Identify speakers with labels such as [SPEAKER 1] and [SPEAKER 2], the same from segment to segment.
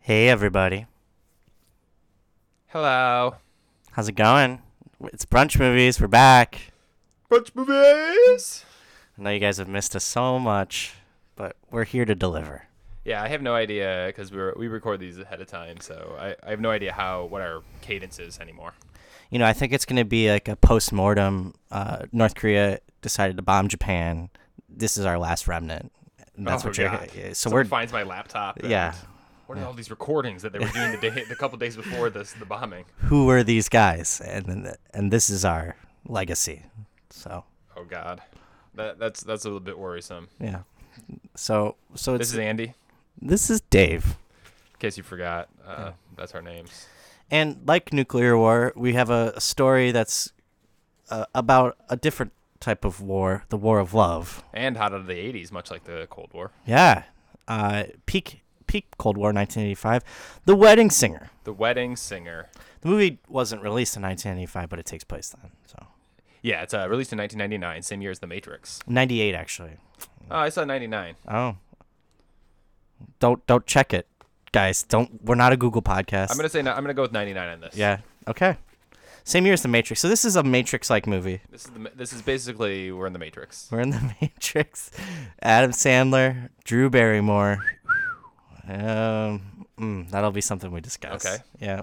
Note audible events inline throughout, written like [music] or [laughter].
[SPEAKER 1] Hey everybody,
[SPEAKER 2] Hello.
[SPEAKER 1] how's it going? It's brunch movies. We're back.
[SPEAKER 2] Brunch movies.
[SPEAKER 1] I know you guys have missed us so much, but we're here to deliver.
[SPEAKER 2] Yeah, I have no idea because we were, we record these ahead of time, so I, I have no idea how what our cadence is anymore.
[SPEAKER 1] You know, I think it's going to be like a post-mortem. Uh, North Korea decided to bomb Japan. This is our last remnant. And that's
[SPEAKER 2] Oh,
[SPEAKER 1] what you're.
[SPEAKER 2] God.
[SPEAKER 1] yeah, So
[SPEAKER 2] Someone
[SPEAKER 1] we're.
[SPEAKER 2] finds my laptop. and
[SPEAKER 1] Yeah.
[SPEAKER 2] What are all these recordings that they were doing the day the couple days before this the bombing?
[SPEAKER 1] Who were these guys? And then, th- and this is our legacy. So
[SPEAKER 2] Oh God, that that's that's a little bit worrisome.
[SPEAKER 1] yeah. So so it's
[SPEAKER 2] This is Andy. In
[SPEAKER 1] this is Dave.
[SPEAKER 2] case you forgot, uh, that's our names.
[SPEAKER 1] And like nuclear war, we have a, a story that's uh, about a different type of war, the war of love.
[SPEAKER 2] And hot out of the '80s, much like the Cold War.
[SPEAKER 1] Yeah. Uh, peak peak Cold War 1985, The Wedding Singer.
[SPEAKER 2] The Wedding Singer.
[SPEAKER 1] The movie wasn't released in 1985, but it takes place then. So
[SPEAKER 2] Yeah, it's uh, released in 1999, same year as The Matrix.
[SPEAKER 1] 98 actually.
[SPEAKER 2] Oh, I saw 99.
[SPEAKER 1] Oh. Don't don't check it, guys. Don't we're not a Google podcast.
[SPEAKER 2] I'm gonna say no, I'm gonna go with 99 on this.
[SPEAKER 1] yeah. Okay. Same year as The Matrix. So this is a Matrix like movie.
[SPEAKER 2] This is the, this is basically we're in the Matrix.
[SPEAKER 1] We're in the [laughs] Matrix. Adam Sandler, Drew Barrymore. Um, mm, that'll be something we discuss.
[SPEAKER 2] Okay.
[SPEAKER 1] Yeah.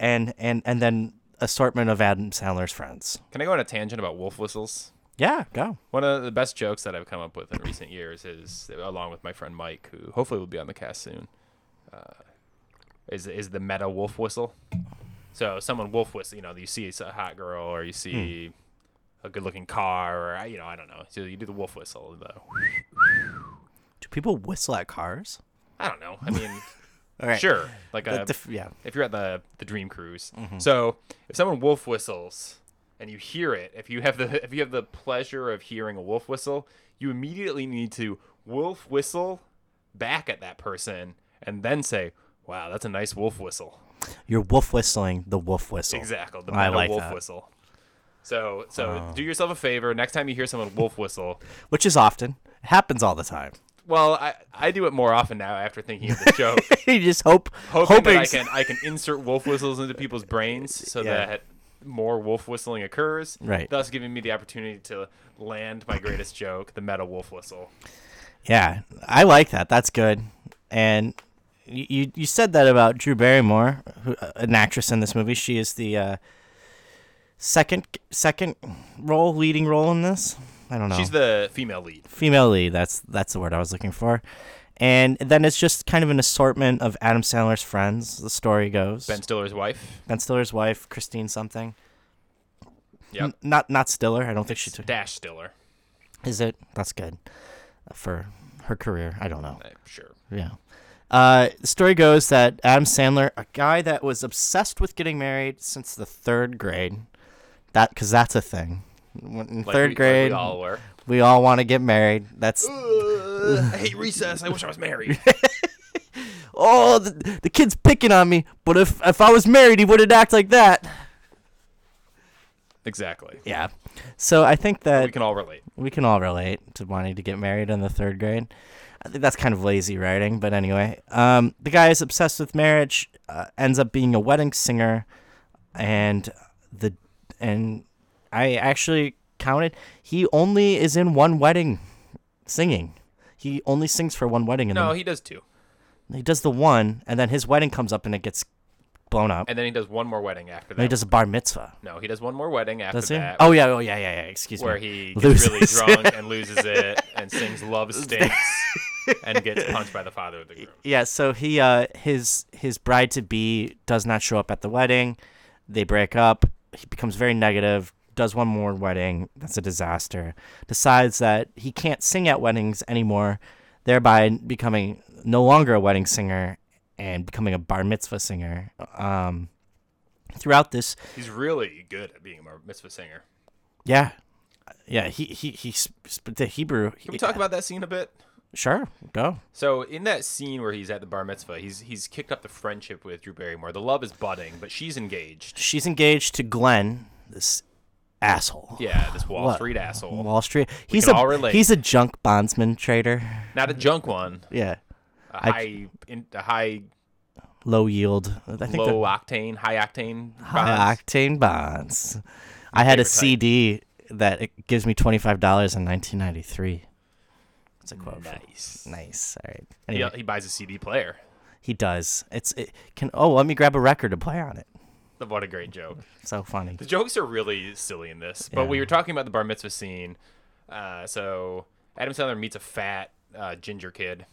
[SPEAKER 1] And and and then assortment of Adam Sandler's friends.
[SPEAKER 2] Can I go on a tangent about wolf whistles?
[SPEAKER 1] Yeah, go.
[SPEAKER 2] One of the best jokes that I've come up with in recent years is, along with my friend Mike, who hopefully will be on the cast soon, uh, is is the meta wolf whistle. So someone wolf whistle, you know, you see it's a hot girl or you see a good looking car or I- you know, I don't know. So you do the wolf whistle. The,
[SPEAKER 1] Do people whistle at cars?
[SPEAKER 2] I don't know. I mean,
[SPEAKER 1] All right.
[SPEAKER 2] sure, like
[SPEAKER 1] The
[SPEAKER 2] a,
[SPEAKER 1] dif- yeah.
[SPEAKER 2] if you're at the the dream cruise.
[SPEAKER 1] Mm-hmm.
[SPEAKER 2] So if someone wolf whistles and you hear it, if you have the if you have the pleasure of hearing a wolf whistle, you immediately need to wolf whistle back at that person and then say, "Wow, that's a nice wolf whistle."
[SPEAKER 1] You're wolf whistling the wolf whistle.
[SPEAKER 2] Exactly, the
[SPEAKER 1] I
[SPEAKER 2] meta
[SPEAKER 1] like
[SPEAKER 2] wolf
[SPEAKER 1] that. Oh.
[SPEAKER 2] whistle. So so do yourself a favor. Next time you hear someone wolf whistle,
[SPEAKER 1] Which is often. It happens all the time. [laughs]
[SPEAKER 2] well, I I do it more often now after thinking of the joke.
[SPEAKER 1] you just hope
[SPEAKER 2] hoping, that I
[SPEAKER 1] s-
[SPEAKER 2] can I can insert wolf whistles into people's brains so
[SPEAKER 1] Yeah.
[SPEAKER 2] that more wolf whistling occurs.
[SPEAKER 1] Right.
[SPEAKER 2] Thus giving me the opportunity to land my greatest joke, the meta wolf whistle.
[SPEAKER 1] Yeah, I like that. That's good. And you you, you said that about Drew Barrymore, who, uh, an actress in this movie. She is the uh, second second role, leading role in this. I don't know.
[SPEAKER 2] She's the female lead.
[SPEAKER 1] female lead. That's that's the word I was looking for. And then it's just kind of an assortment of Adam Sandler's friends. The story goes
[SPEAKER 2] Ben Stiller's wife.
[SPEAKER 1] Ben Stiller's wife, Christine something.
[SPEAKER 2] Yep.
[SPEAKER 1] Not not Stiller. I don't think she took.
[SPEAKER 2] Dash Stiller.
[SPEAKER 1] Is it? That's good Uh, for her career. I don't know.
[SPEAKER 2] Uh, sure.
[SPEAKER 1] Yeah. Uh, the story goes that Adam Sandler, a guy that was obsessed with getting married since the third grade, that because that's a thing. When- In
[SPEAKER 2] Like we-
[SPEAKER 1] third
[SPEAKER 2] like
[SPEAKER 1] grade,
[SPEAKER 2] we all
[SPEAKER 1] [laughs]
[SPEAKER 2] were.
[SPEAKER 1] we all want to get married. That's
[SPEAKER 2] Ugh, I hate recess. I wish I was married.
[SPEAKER 1] oh, the, the kid's picking on me. But if if I was married, he wouldn't act like that.
[SPEAKER 2] [laughs] exactly.
[SPEAKER 1] Yeah. So I think
[SPEAKER 2] We
[SPEAKER 1] that
[SPEAKER 2] can all relate.
[SPEAKER 1] we can all relate to wanting to get married in the third grade. I think that's kind of lazy writing, but anyway. Um, the guy is obsessed with marriage, uh, ends up being a wedding singer, and the and I actually counted he only is in one wedding singing. He only sings for one wedding, and
[SPEAKER 2] No,
[SPEAKER 1] then
[SPEAKER 2] he does two,
[SPEAKER 1] he does the one, and then his wedding comes up and it gets blown up.
[SPEAKER 2] and then he does one more wedding after that.
[SPEAKER 1] And he does a bar mitzvah.
[SPEAKER 2] no, he does one more wedding after
[SPEAKER 1] Does he?
[SPEAKER 2] that.
[SPEAKER 1] Oh yeah, oh yeah, yeah, yeah. Excuse me.
[SPEAKER 2] where he gets really
[SPEAKER 1] Loses.
[SPEAKER 2] drunk
[SPEAKER 1] [laughs]
[SPEAKER 2] and loses it and sings "Love Stinks" and gets punched by the father of the groom.
[SPEAKER 1] Yeah, so he uh his his bride to be does not show up at the wedding. They break up. He becomes very negative. Does one more wedding. That's a disaster. Decides that he can't sing at weddings anymore, thereby becoming no longer a wedding singer and becoming a bar mitzvah singer. Um throughout this
[SPEAKER 2] He's really good at being a bar mitzvah singer.
[SPEAKER 1] yeah. Yeah, he he he sp- the Hebrew.
[SPEAKER 2] Can we talk about that scene a bit?
[SPEAKER 1] Sure, go.
[SPEAKER 2] So in that scene where he's at the bar mitzvah, he's he's kicked up the friendship with Drew Barrymore. The love is budding, but she's engaged.
[SPEAKER 1] She's engaged to Glenn, this asshole.
[SPEAKER 2] Yeah, this Wall
[SPEAKER 1] What?
[SPEAKER 2] Street asshole,
[SPEAKER 1] Wall Street. He's
[SPEAKER 2] can
[SPEAKER 1] a
[SPEAKER 2] all relate.
[SPEAKER 1] he's a junk bondsman trader.
[SPEAKER 2] not a junk one.
[SPEAKER 1] Yeah.
[SPEAKER 2] A
[SPEAKER 1] I-
[SPEAKER 2] high, in, a high,
[SPEAKER 1] Low yield. I think they're
[SPEAKER 2] low octane, high octane.
[SPEAKER 1] high
[SPEAKER 2] bonds.
[SPEAKER 1] octane bonds. I had a
[SPEAKER 2] favorite type.
[SPEAKER 1] CD that it gives me twenty five dollars in nineteen ninety three. That's a quote. from-
[SPEAKER 2] Nice.
[SPEAKER 1] Nice. All right.
[SPEAKER 2] He,
[SPEAKER 1] Anyway,
[SPEAKER 2] he buys a CD player.
[SPEAKER 1] he does. It's it can. Oh, let me grab a record to play on it.
[SPEAKER 2] What a great joke.
[SPEAKER 1] So funny.
[SPEAKER 2] The jokes are really silly in this. But we
[SPEAKER 1] Yeah.
[SPEAKER 2] were talking about the bar mitzvah scene. Uh, so Adam Sandler meets a fat uh, ginger kid.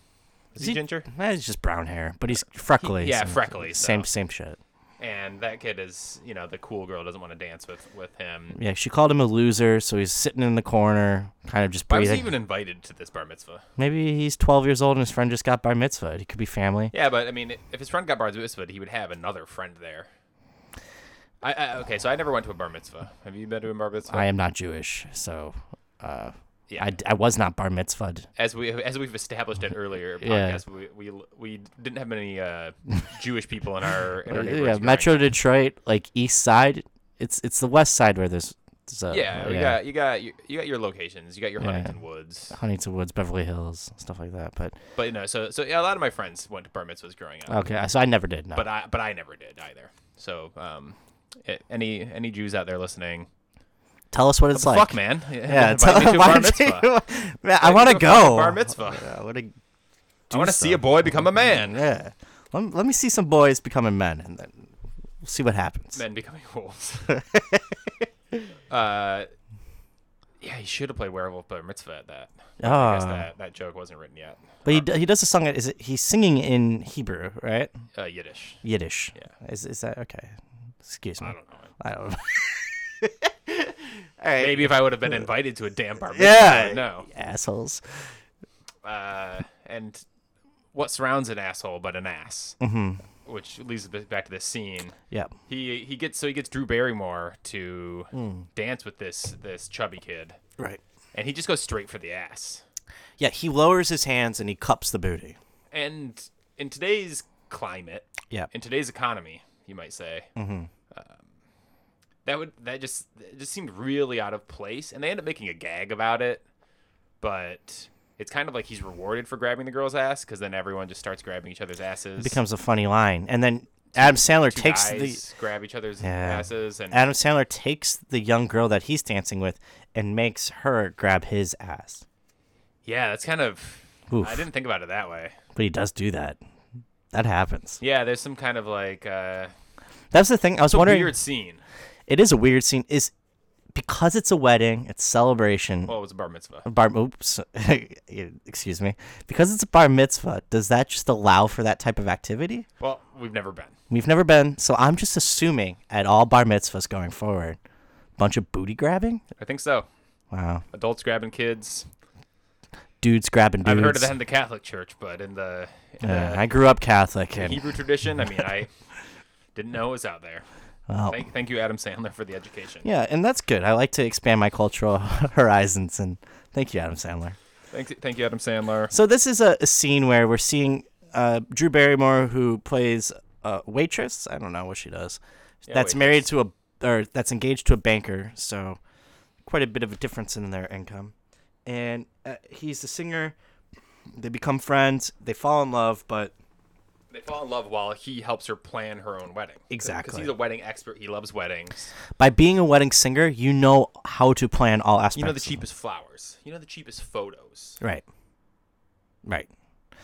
[SPEAKER 2] Is he ginger?
[SPEAKER 1] Eh, He's just brown hair, but he's freckly.
[SPEAKER 2] yeah,
[SPEAKER 1] so
[SPEAKER 2] freckly, so.
[SPEAKER 1] Same same shit.
[SPEAKER 2] And that kid is, you know, the cool girl doesn't want to dance with with him.
[SPEAKER 1] Yeah, she called him a loser, so he's sitting in the corner, kind of just
[SPEAKER 2] Why was
[SPEAKER 1] breathing.
[SPEAKER 2] he even invited to this bar mitzvah?
[SPEAKER 1] Maybe he's 12 years old and his friend just got bar mitzvah. He could be family.
[SPEAKER 2] Yeah, but I mean, if his friend got bar mitzvah, he would have another friend there. I, I okay, so I never went to a bar mitzvah. Have you been to a bar mitzvah?
[SPEAKER 1] I am not Jewish, so uh,
[SPEAKER 2] Yeah.
[SPEAKER 1] I, I was not bar mitzvahed.
[SPEAKER 2] as we as we've established in earlier
[SPEAKER 1] Yeah.
[SPEAKER 2] podcasts, we, we we didn't have
[SPEAKER 1] [laughs]
[SPEAKER 2] many uh, Jewish people in our in our
[SPEAKER 1] Yeah,
[SPEAKER 2] neighborhoods.
[SPEAKER 1] Metro
[SPEAKER 2] growing up.
[SPEAKER 1] Detroit, like East Side, it's it's the West Side where there's, there's a,
[SPEAKER 2] Yeah, we got you got you, you got your locations. You got your
[SPEAKER 1] Yeah.
[SPEAKER 2] Huntington Woods,
[SPEAKER 1] Huntington Woods, Beverly Hills, stuff like that. But
[SPEAKER 2] but you know, so so yeah, a lot of my friends went to bar mitzvahs growing up,
[SPEAKER 1] okay, so I never did. No.
[SPEAKER 2] but I but I never did either. So um, eh, any any Jews out there listening,
[SPEAKER 1] tell us what it's like.
[SPEAKER 2] fuck man, [laughs]
[SPEAKER 1] Yeah,
[SPEAKER 2] invite
[SPEAKER 1] tell, [laughs]
[SPEAKER 2] me to a bar
[SPEAKER 1] why do
[SPEAKER 2] mitzvah.
[SPEAKER 1] you- man, I
[SPEAKER 2] Invite me
[SPEAKER 1] want to
[SPEAKER 2] to a fucking
[SPEAKER 1] go.
[SPEAKER 2] bar mitzvah.
[SPEAKER 1] Yeah, I want to.
[SPEAKER 2] I want to see a boy become a man.
[SPEAKER 1] Yeah. Let me, let me see some boys becoming men, and then we'll see what happens.
[SPEAKER 2] Men becoming [laughs]
[SPEAKER 1] [laughs]
[SPEAKER 2] wolves. uh, yeah, he should have played werewolf bar mitzvah at that. I guess
[SPEAKER 1] Ah.
[SPEAKER 2] that, that joke wasn't written yet.
[SPEAKER 1] But he, d- he does a song. Is it, he's singing in Hebrew, right?
[SPEAKER 2] Uh, Yiddish.
[SPEAKER 1] Yiddish.
[SPEAKER 2] Yeah.
[SPEAKER 1] Is is that okay? Excuse me.
[SPEAKER 2] I don't know.
[SPEAKER 1] I don't. know. [laughs] All right.
[SPEAKER 2] Maybe if I would have been invited to a damn bar mitzvah,
[SPEAKER 1] Yeah.
[SPEAKER 2] no.
[SPEAKER 1] Assholes.
[SPEAKER 2] Uh, and what surrounds an asshole but an ass? Mm-hmm. Which leads us back to this scene.
[SPEAKER 1] Yeah.
[SPEAKER 2] He he gets so he gets Drew Barrymore to dance with this this chubby kid,
[SPEAKER 1] Right.
[SPEAKER 2] and he just goes straight for the ass.
[SPEAKER 1] Yeah. He lowers his hands and he cups the booty.
[SPEAKER 2] And in today's climate,
[SPEAKER 1] Yeah.
[SPEAKER 2] in today's economy, you might say, um,
[SPEAKER 1] Mm-hmm.
[SPEAKER 2] that would that just it just seemed really out of place, and they end up making a gag about it. But it's kind of like he's rewarded for grabbing the girl's ass because then everyone just starts grabbing each other's asses.
[SPEAKER 1] It becomes a funny line, and then Adam Sandler
[SPEAKER 2] Two
[SPEAKER 1] takes the
[SPEAKER 2] guys grab each other's asses, and
[SPEAKER 1] Adam Sandler takes the young girl that he's dancing with and makes her grab his ass.
[SPEAKER 2] yeah, that's kind of.
[SPEAKER 1] Oof.
[SPEAKER 2] I didn't think about it that way.
[SPEAKER 1] But he does do that. That happens.
[SPEAKER 2] Yeah, there's some kind of like uh,
[SPEAKER 1] That's the thing. I was
[SPEAKER 2] it's a
[SPEAKER 1] wondering.
[SPEAKER 2] weird scene.
[SPEAKER 1] It is a weird scene. Is because it's a wedding, it's celebration.
[SPEAKER 2] Well, it was a bar mitzvah.
[SPEAKER 1] bar. Oops. [laughs] excuse me. Because it's a bar mitzvah, does that just allow for that type of activity?
[SPEAKER 2] Well, we've never been.
[SPEAKER 1] We've never been, so I'm just assuming at all bar mitzvahs going forward, bunch of booty grabbing.
[SPEAKER 2] I think so.
[SPEAKER 1] Wow.
[SPEAKER 2] Adults grabbing kids.
[SPEAKER 1] Dudes grabbing dudes.
[SPEAKER 2] I've heard of that in the Catholic Church, but in the, in the
[SPEAKER 1] Yeah, I grew up Catholic, and [laughs]
[SPEAKER 2] Hebrew tradition. I mean, I didn't know it was out there.
[SPEAKER 1] Wow.
[SPEAKER 2] Thank, thank you, Adam Sandler, for the education.
[SPEAKER 1] Oh. yeah, and that's good. I like to expand my cultural [laughs] horizons, and thank you, Adam Sandler.
[SPEAKER 2] Thank, thank you, Adam Sandler.
[SPEAKER 1] So this is a, a scene where we're seeing uh, Drew Barrymore, who plays a waitress. I don't know what she does. that's
[SPEAKER 2] waitress.
[SPEAKER 1] married to a or that's engaged to a banker. So quite a bit of a difference in their income. And uh, he's the singer. They become friends. They fall in love, but
[SPEAKER 2] They fall in love while he helps her plan her own wedding. Because
[SPEAKER 1] Exactly.
[SPEAKER 2] he's a wedding expert. He loves weddings.
[SPEAKER 1] by being a wedding singer, you know how to plan all aspects.
[SPEAKER 2] You know the
[SPEAKER 1] of
[SPEAKER 2] cheapest flowers. You know the cheapest photos.
[SPEAKER 1] it. right, right.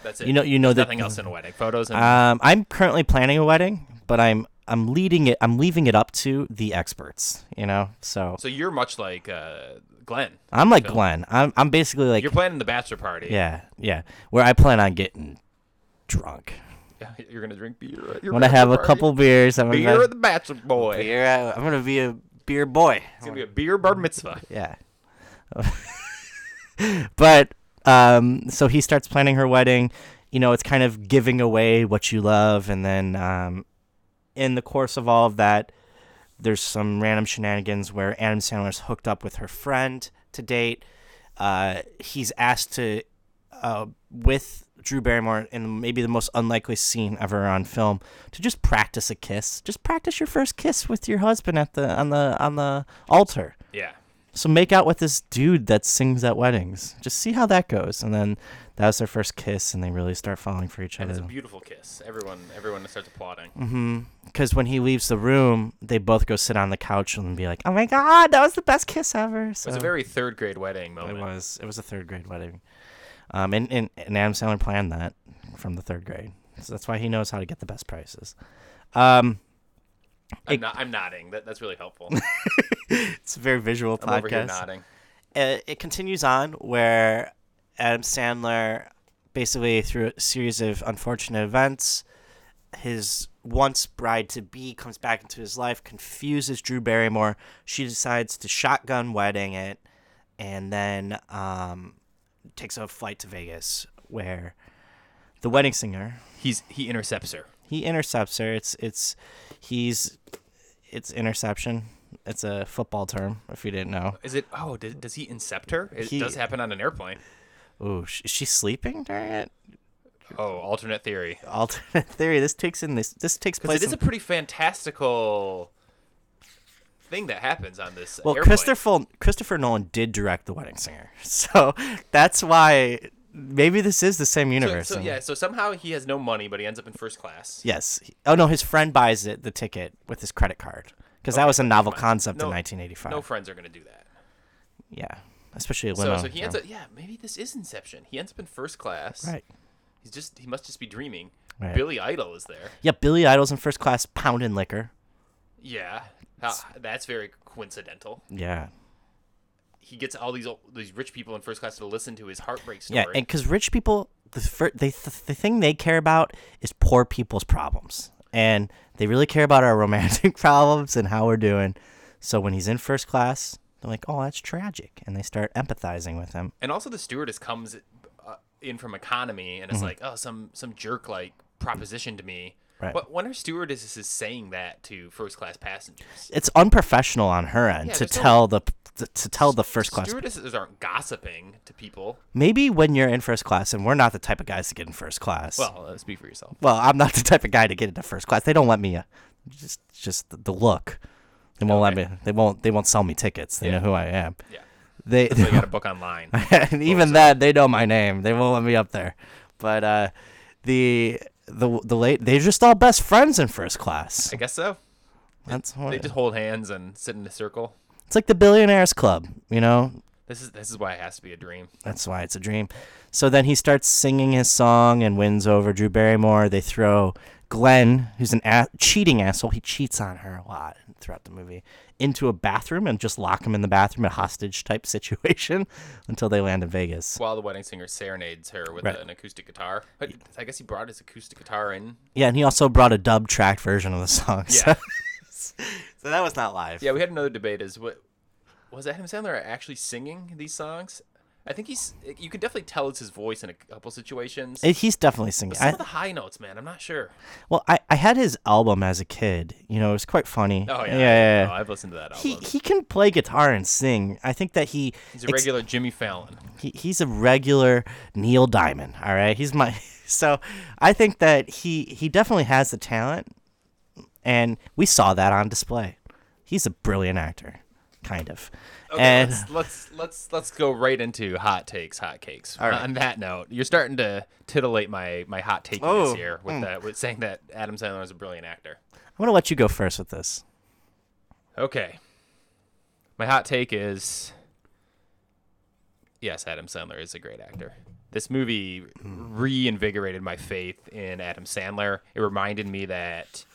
[SPEAKER 2] That's it.
[SPEAKER 1] You know- you know
[SPEAKER 2] There's
[SPEAKER 1] that-
[SPEAKER 2] nothing else in a wedding. Photos and
[SPEAKER 1] Um, I'm currently planning a wedding, but I'm I'm leading it. I'm leaving it up to the experts. You know, so
[SPEAKER 2] so you're much like uh, Glenn.
[SPEAKER 1] I'm like Glenn. I'm I'm basically like
[SPEAKER 2] You're planning the bachelor party.
[SPEAKER 1] yeah, yeah. Where I plan on getting drunk.
[SPEAKER 2] [laughs] You're gonna drink beer. At your
[SPEAKER 1] I'm gonna
[SPEAKER 2] bachelor
[SPEAKER 1] have a
[SPEAKER 2] party.
[SPEAKER 1] couple beers. I'm
[SPEAKER 2] beer
[SPEAKER 1] gonna
[SPEAKER 2] at the bachelor boy.
[SPEAKER 1] beer. uh, I'm gonna be a beer boy.
[SPEAKER 2] It's gonna be a beer bar mitzvah.
[SPEAKER 1] Yeah. [laughs] but um, so he starts planning her wedding. You know, it's kind of giving away what you love, and then um, in the course of all of that, there's some random shenanigans where Adam Sandler's hooked up with her friend to date. Uh, he's asked to uh, with Drew Barrymore in maybe the most unlikely scene ever on film to just practice a kiss. Just practice your first kiss with your husband at the on the on the altar.
[SPEAKER 2] Yeah.
[SPEAKER 1] So make out with this dude that sings at weddings. Just see how that goes, and then that was their first kiss, and they really start falling for each
[SPEAKER 2] And it's
[SPEAKER 1] other.
[SPEAKER 2] a beautiful kiss. Everyone, everyone starts applauding.
[SPEAKER 1] Because when he leaves the room, they both go sit on the couch and be like, "Oh my god, that was the best kiss ever."
[SPEAKER 2] It
[SPEAKER 1] So
[SPEAKER 2] was a very third grade wedding
[SPEAKER 1] it
[SPEAKER 2] moment.
[SPEAKER 1] was it was a third grade wedding, um, and and, and Adam Sandler planned that from the third grade, so that's why he knows how to get the best prices. Um,
[SPEAKER 2] I'm,
[SPEAKER 1] It-
[SPEAKER 2] not, I'm nodding. That, that's
[SPEAKER 1] [laughs]
[SPEAKER 2] really helpful.
[SPEAKER 1] it's a very visual
[SPEAKER 2] I'm over here
[SPEAKER 1] podcast.
[SPEAKER 2] nodding.
[SPEAKER 1] It, it continues on where Adam Sandler, basically through a series of unfortunate events, his once bride to be comes back into his life, confuses Drew Barrymore. She decides to shotgun wedding it, and then um, takes a flight to Vegas where the wedding singer
[SPEAKER 2] He's he intercepts her.
[SPEAKER 1] he intercepts her. It's it's he's it's interception. It's a football term if you didn't know.
[SPEAKER 2] Is it? Oh, does, does he incept her? It
[SPEAKER 1] He-
[SPEAKER 2] does happen on an airplane.
[SPEAKER 1] Ooh, sh- is she sleeping during it?
[SPEAKER 2] Oh, alternate theory.
[SPEAKER 1] Alternate [laughs] theory. This takes in this. This takes place.
[SPEAKER 2] Because it is
[SPEAKER 1] in-
[SPEAKER 2] a pretty fantastical thing that happens on this.
[SPEAKER 1] well,
[SPEAKER 2] airplane.
[SPEAKER 1] Christopher Christopher Nolan did direct The Wedding Singer, [laughs] so that's why maybe this is the same
[SPEAKER 2] So,
[SPEAKER 1] universe.
[SPEAKER 2] so
[SPEAKER 1] and-
[SPEAKER 2] yeah, so somehow he has no money, but he ends up in first class.
[SPEAKER 1] Yes. He- Oh no, his friend buys it the ticket with his credit card because that was a novel
[SPEAKER 2] on.
[SPEAKER 1] concept
[SPEAKER 2] No-
[SPEAKER 1] in 1985.
[SPEAKER 2] No friends are gonna do that.
[SPEAKER 1] yeah, especially
[SPEAKER 2] So,
[SPEAKER 1] Leno.
[SPEAKER 2] so he ends
[SPEAKER 1] yeah.
[SPEAKER 2] up. Yeah, maybe this is Inception. He ends up in first class.
[SPEAKER 1] right.
[SPEAKER 2] He's just. He must just be dreaming.
[SPEAKER 1] Right.
[SPEAKER 2] Billy Idol is there.
[SPEAKER 1] Yeah, Billy Idol's in first class, pounding liquor.
[SPEAKER 2] Yeah. How, that's very coincidental.
[SPEAKER 1] Yeah.
[SPEAKER 2] He gets all these old, these rich people in first class to listen to his heartbreak story.
[SPEAKER 1] Yeah, and because rich people, the fir- they th- the thing they care about is poor people's problems, and they really care about our [laughs] romantic problems and how we're doing. So when he's in first class, they're like, "Oh, that's tragic," and they start empathizing with him.
[SPEAKER 2] and also the stewardess comes uh, in from economy
[SPEAKER 1] Mm-hmm.
[SPEAKER 2] and it's like oh some some jerk like propositioned me
[SPEAKER 1] Right.
[SPEAKER 2] but when her stewardess is saying that to first class passengers
[SPEAKER 1] It's unprofessional on her end
[SPEAKER 2] Yeah,
[SPEAKER 1] to
[SPEAKER 2] there's no-
[SPEAKER 1] tell the to, to tell the first class.
[SPEAKER 2] stewardesses aren't gossiping to people
[SPEAKER 1] Maybe when you're in first class, and we're not the type of guys to get in first class.
[SPEAKER 2] well uh, speak for yourself
[SPEAKER 1] well, I'm not [laughs] the type of guy to get into first class. They don't let me. Uh, just just the- the look. They won't let me. They won't. They won't sell me tickets. They know
[SPEAKER 2] Yeah.
[SPEAKER 1] who I am.
[SPEAKER 2] yeah
[SPEAKER 1] They,
[SPEAKER 2] [laughs] so
[SPEAKER 1] [laughs]
[SPEAKER 2] you got a book online
[SPEAKER 1] and even that they know my name. They won't let me up there. But uh, the the the late they're just all best friends in first class.
[SPEAKER 2] i guess so
[SPEAKER 1] That's
[SPEAKER 2] they
[SPEAKER 1] what,
[SPEAKER 2] just hold hands and sit in a circle
[SPEAKER 1] it's like the billionaires club, you know.
[SPEAKER 2] this is this is why it has to be a dream
[SPEAKER 1] That's why it's a dream. So then he starts singing his song and wins over Drew Barrymore. They throw Glenn, who's an a- cheating asshole, he cheats on her a lot throughout the movie, into a bathroom and just lock him in the bathroom, a hostage type [laughs] situation, until they land in Vegas.
[SPEAKER 2] while the wedding singer serenades her with
[SPEAKER 1] Right.
[SPEAKER 2] an acoustic guitar but i guess he brought his acoustic guitar in
[SPEAKER 1] Yeah, and he also brought a dub tracked version of the song.
[SPEAKER 2] Yeah.
[SPEAKER 1] So, so [laughs] that was not live.
[SPEAKER 2] Yeah, we had another debate is what was Adam Sandler actually singing these songs? I think he's you can definitely tell it's his voice in a couple situations.
[SPEAKER 1] It- he's definitely singing.
[SPEAKER 2] Some
[SPEAKER 1] I,
[SPEAKER 2] of the high notes, man, I'm not sure.
[SPEAKER 1] well, I, I had his album as a kid. You know, it was quite funny.
[SPEAKER 2] Oh yeah.
[SPEAKER 1] yeah, yeah.
[SPEAKER 2] No, I've listened to that
[SPEAKER 1] He,
[SPEAKER 2] album.
[SPEAKER 1] he can play guitar and sing. I think that he
[SPEAKER 2] he's a
[SPEAKER 1] ex-
[SPEAKER 2] regular Jimmy Fallon.
[SPEAKER 1] he, he's a regular Neil Diamond. All right, he's my [laughs] so I think that he he definitely has the talent, and we saw that on display. He's a brilliant actor, kind of.
[SPEAKER 2] Okay,
[SPEAKER 1] and
[SPEAKER 2] let's, let's let's let's go right into hot takes, hot cakes.
[SPEAKER 1] All right.
[SPEAKER 2] On that note, you're starting to titillate my my hot take
[SPEAKER 1] Oh,
[SPEAKER 2] this year with that with saying that Adam Sandler is a brilliant actor.
[SPEAKER 1] I'm gonna let you go first with this.
[SPEAKER 2] Okay. My hot take is yes, Adam Sandler is a great actor. This movie reinvigorated my faith in Adam Sandler. It reminded me that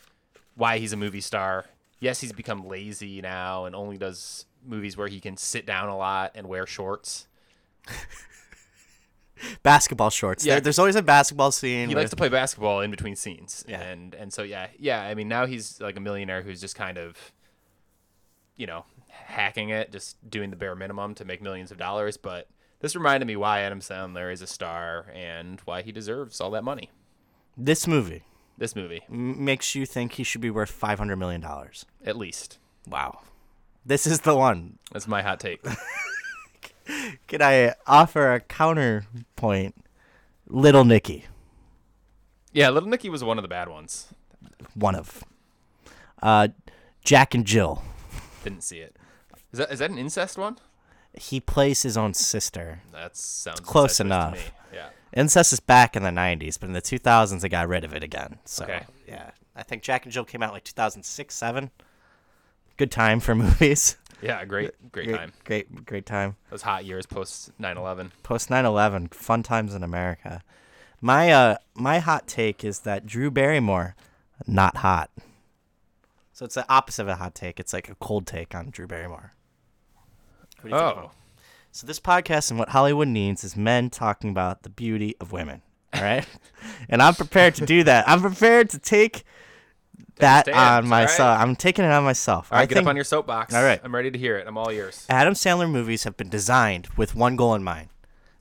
[SPEAKER 2] why he's a movie star. Yes, he's become lazy now and only does movies where he can sit down a lot and wear shorts.
[SPEAKER 1] basketball shorts.
[SPEAKER 2] Yeah.
[SPEAKER 1] There, there's always a basketball scene.
[SPEAKER 2] He
[SPEAKER 1] where-
[SPEAKER 2] likes to play basketball in between scenes.
[SPEAKER 1] Yeah.
[SPEAKER 2] And and so yeah, yeah, I mean now he's like a millionaire who's just kind of you know, hacking it, just doing the bare minimum to make millions of dollars, but this reminded me why Adam Sandler is a star and why he deserves all that money.
[SPEAKER 1] this movie
[SPEAKER 2] This movie,
[SPEAKER 1] m- makes you think he should be worth five hundred million dollars.
[SPEAKER 2] at least.
[SPEAKER 1] Wow, this is the one.
[SPEAKER 2] That's my
[SPEAKER 1] [laughs]
[SPEAKER 2] hot take.
[SPEAKER 1] Can I offer a counterpoint? Little Nicky,
[SPEAKER 2] yeah, Little Nicky was one of the bad ones.
[SPEAKER 1] one of uh, Jack and Jill.
[SPEAKER 2] Didn't see it. Is that is that an incest one?
[SPEAKER 1] He plays his own sister.
[SPEAKER 2] That sounds
[SPEAKER 1] Close
[SPEAKER 2] incestuous to
[SPEAKER 1] enough.
[SPEAKER 2] me. Yeah.
[SPEAKER 1] Incest is back in the 90s, but in the 2000s they got rid of it again. So
[SPEAKER 2] Okay.
[SPEAKER 1] yeah, I think Jack and Jill came out like 2006, seven. Good time for [laughs] movies.
[SPEAKER 2] Yeah, great, great time.
[SPEAKER 1] great, great time.
[SPEAKER 2] Those hot years post 9/11.
[SPEAKER 1] Post 9/11, fun times in America. My uh, my hot take is that Drew Barrymore, not hot. So it's the opposite of a hot take. It's like a cold take on Drew Barrymore. What do you think about
[SPEAKER 2] Oh,
[SPEAKER 1] So this podcast and what Hollywood needs is men talking about the beauty of women. All right, [laughs] and I'm prepared to do that. I'm prepared to take that
[SPEAKER 2] Take a
[SPEAKER 1] on
[SPEAKER 2] stand, all right.
[SPEAKER 1] myself. I'm taking it on myself.
[SPEAKER 2] all
[SPEAKER 1] I
[SPEAKER 2] right, get
[SPEAKER 1] think
[SPEAKER 2] up on your soapbox.
[SPEAKER 1] All right.
[SPEAKER 2] I'm ready to hear it. I'm all yours.
[SPEAKER 1] Adam Sandler movies have been designed with one goal in mind: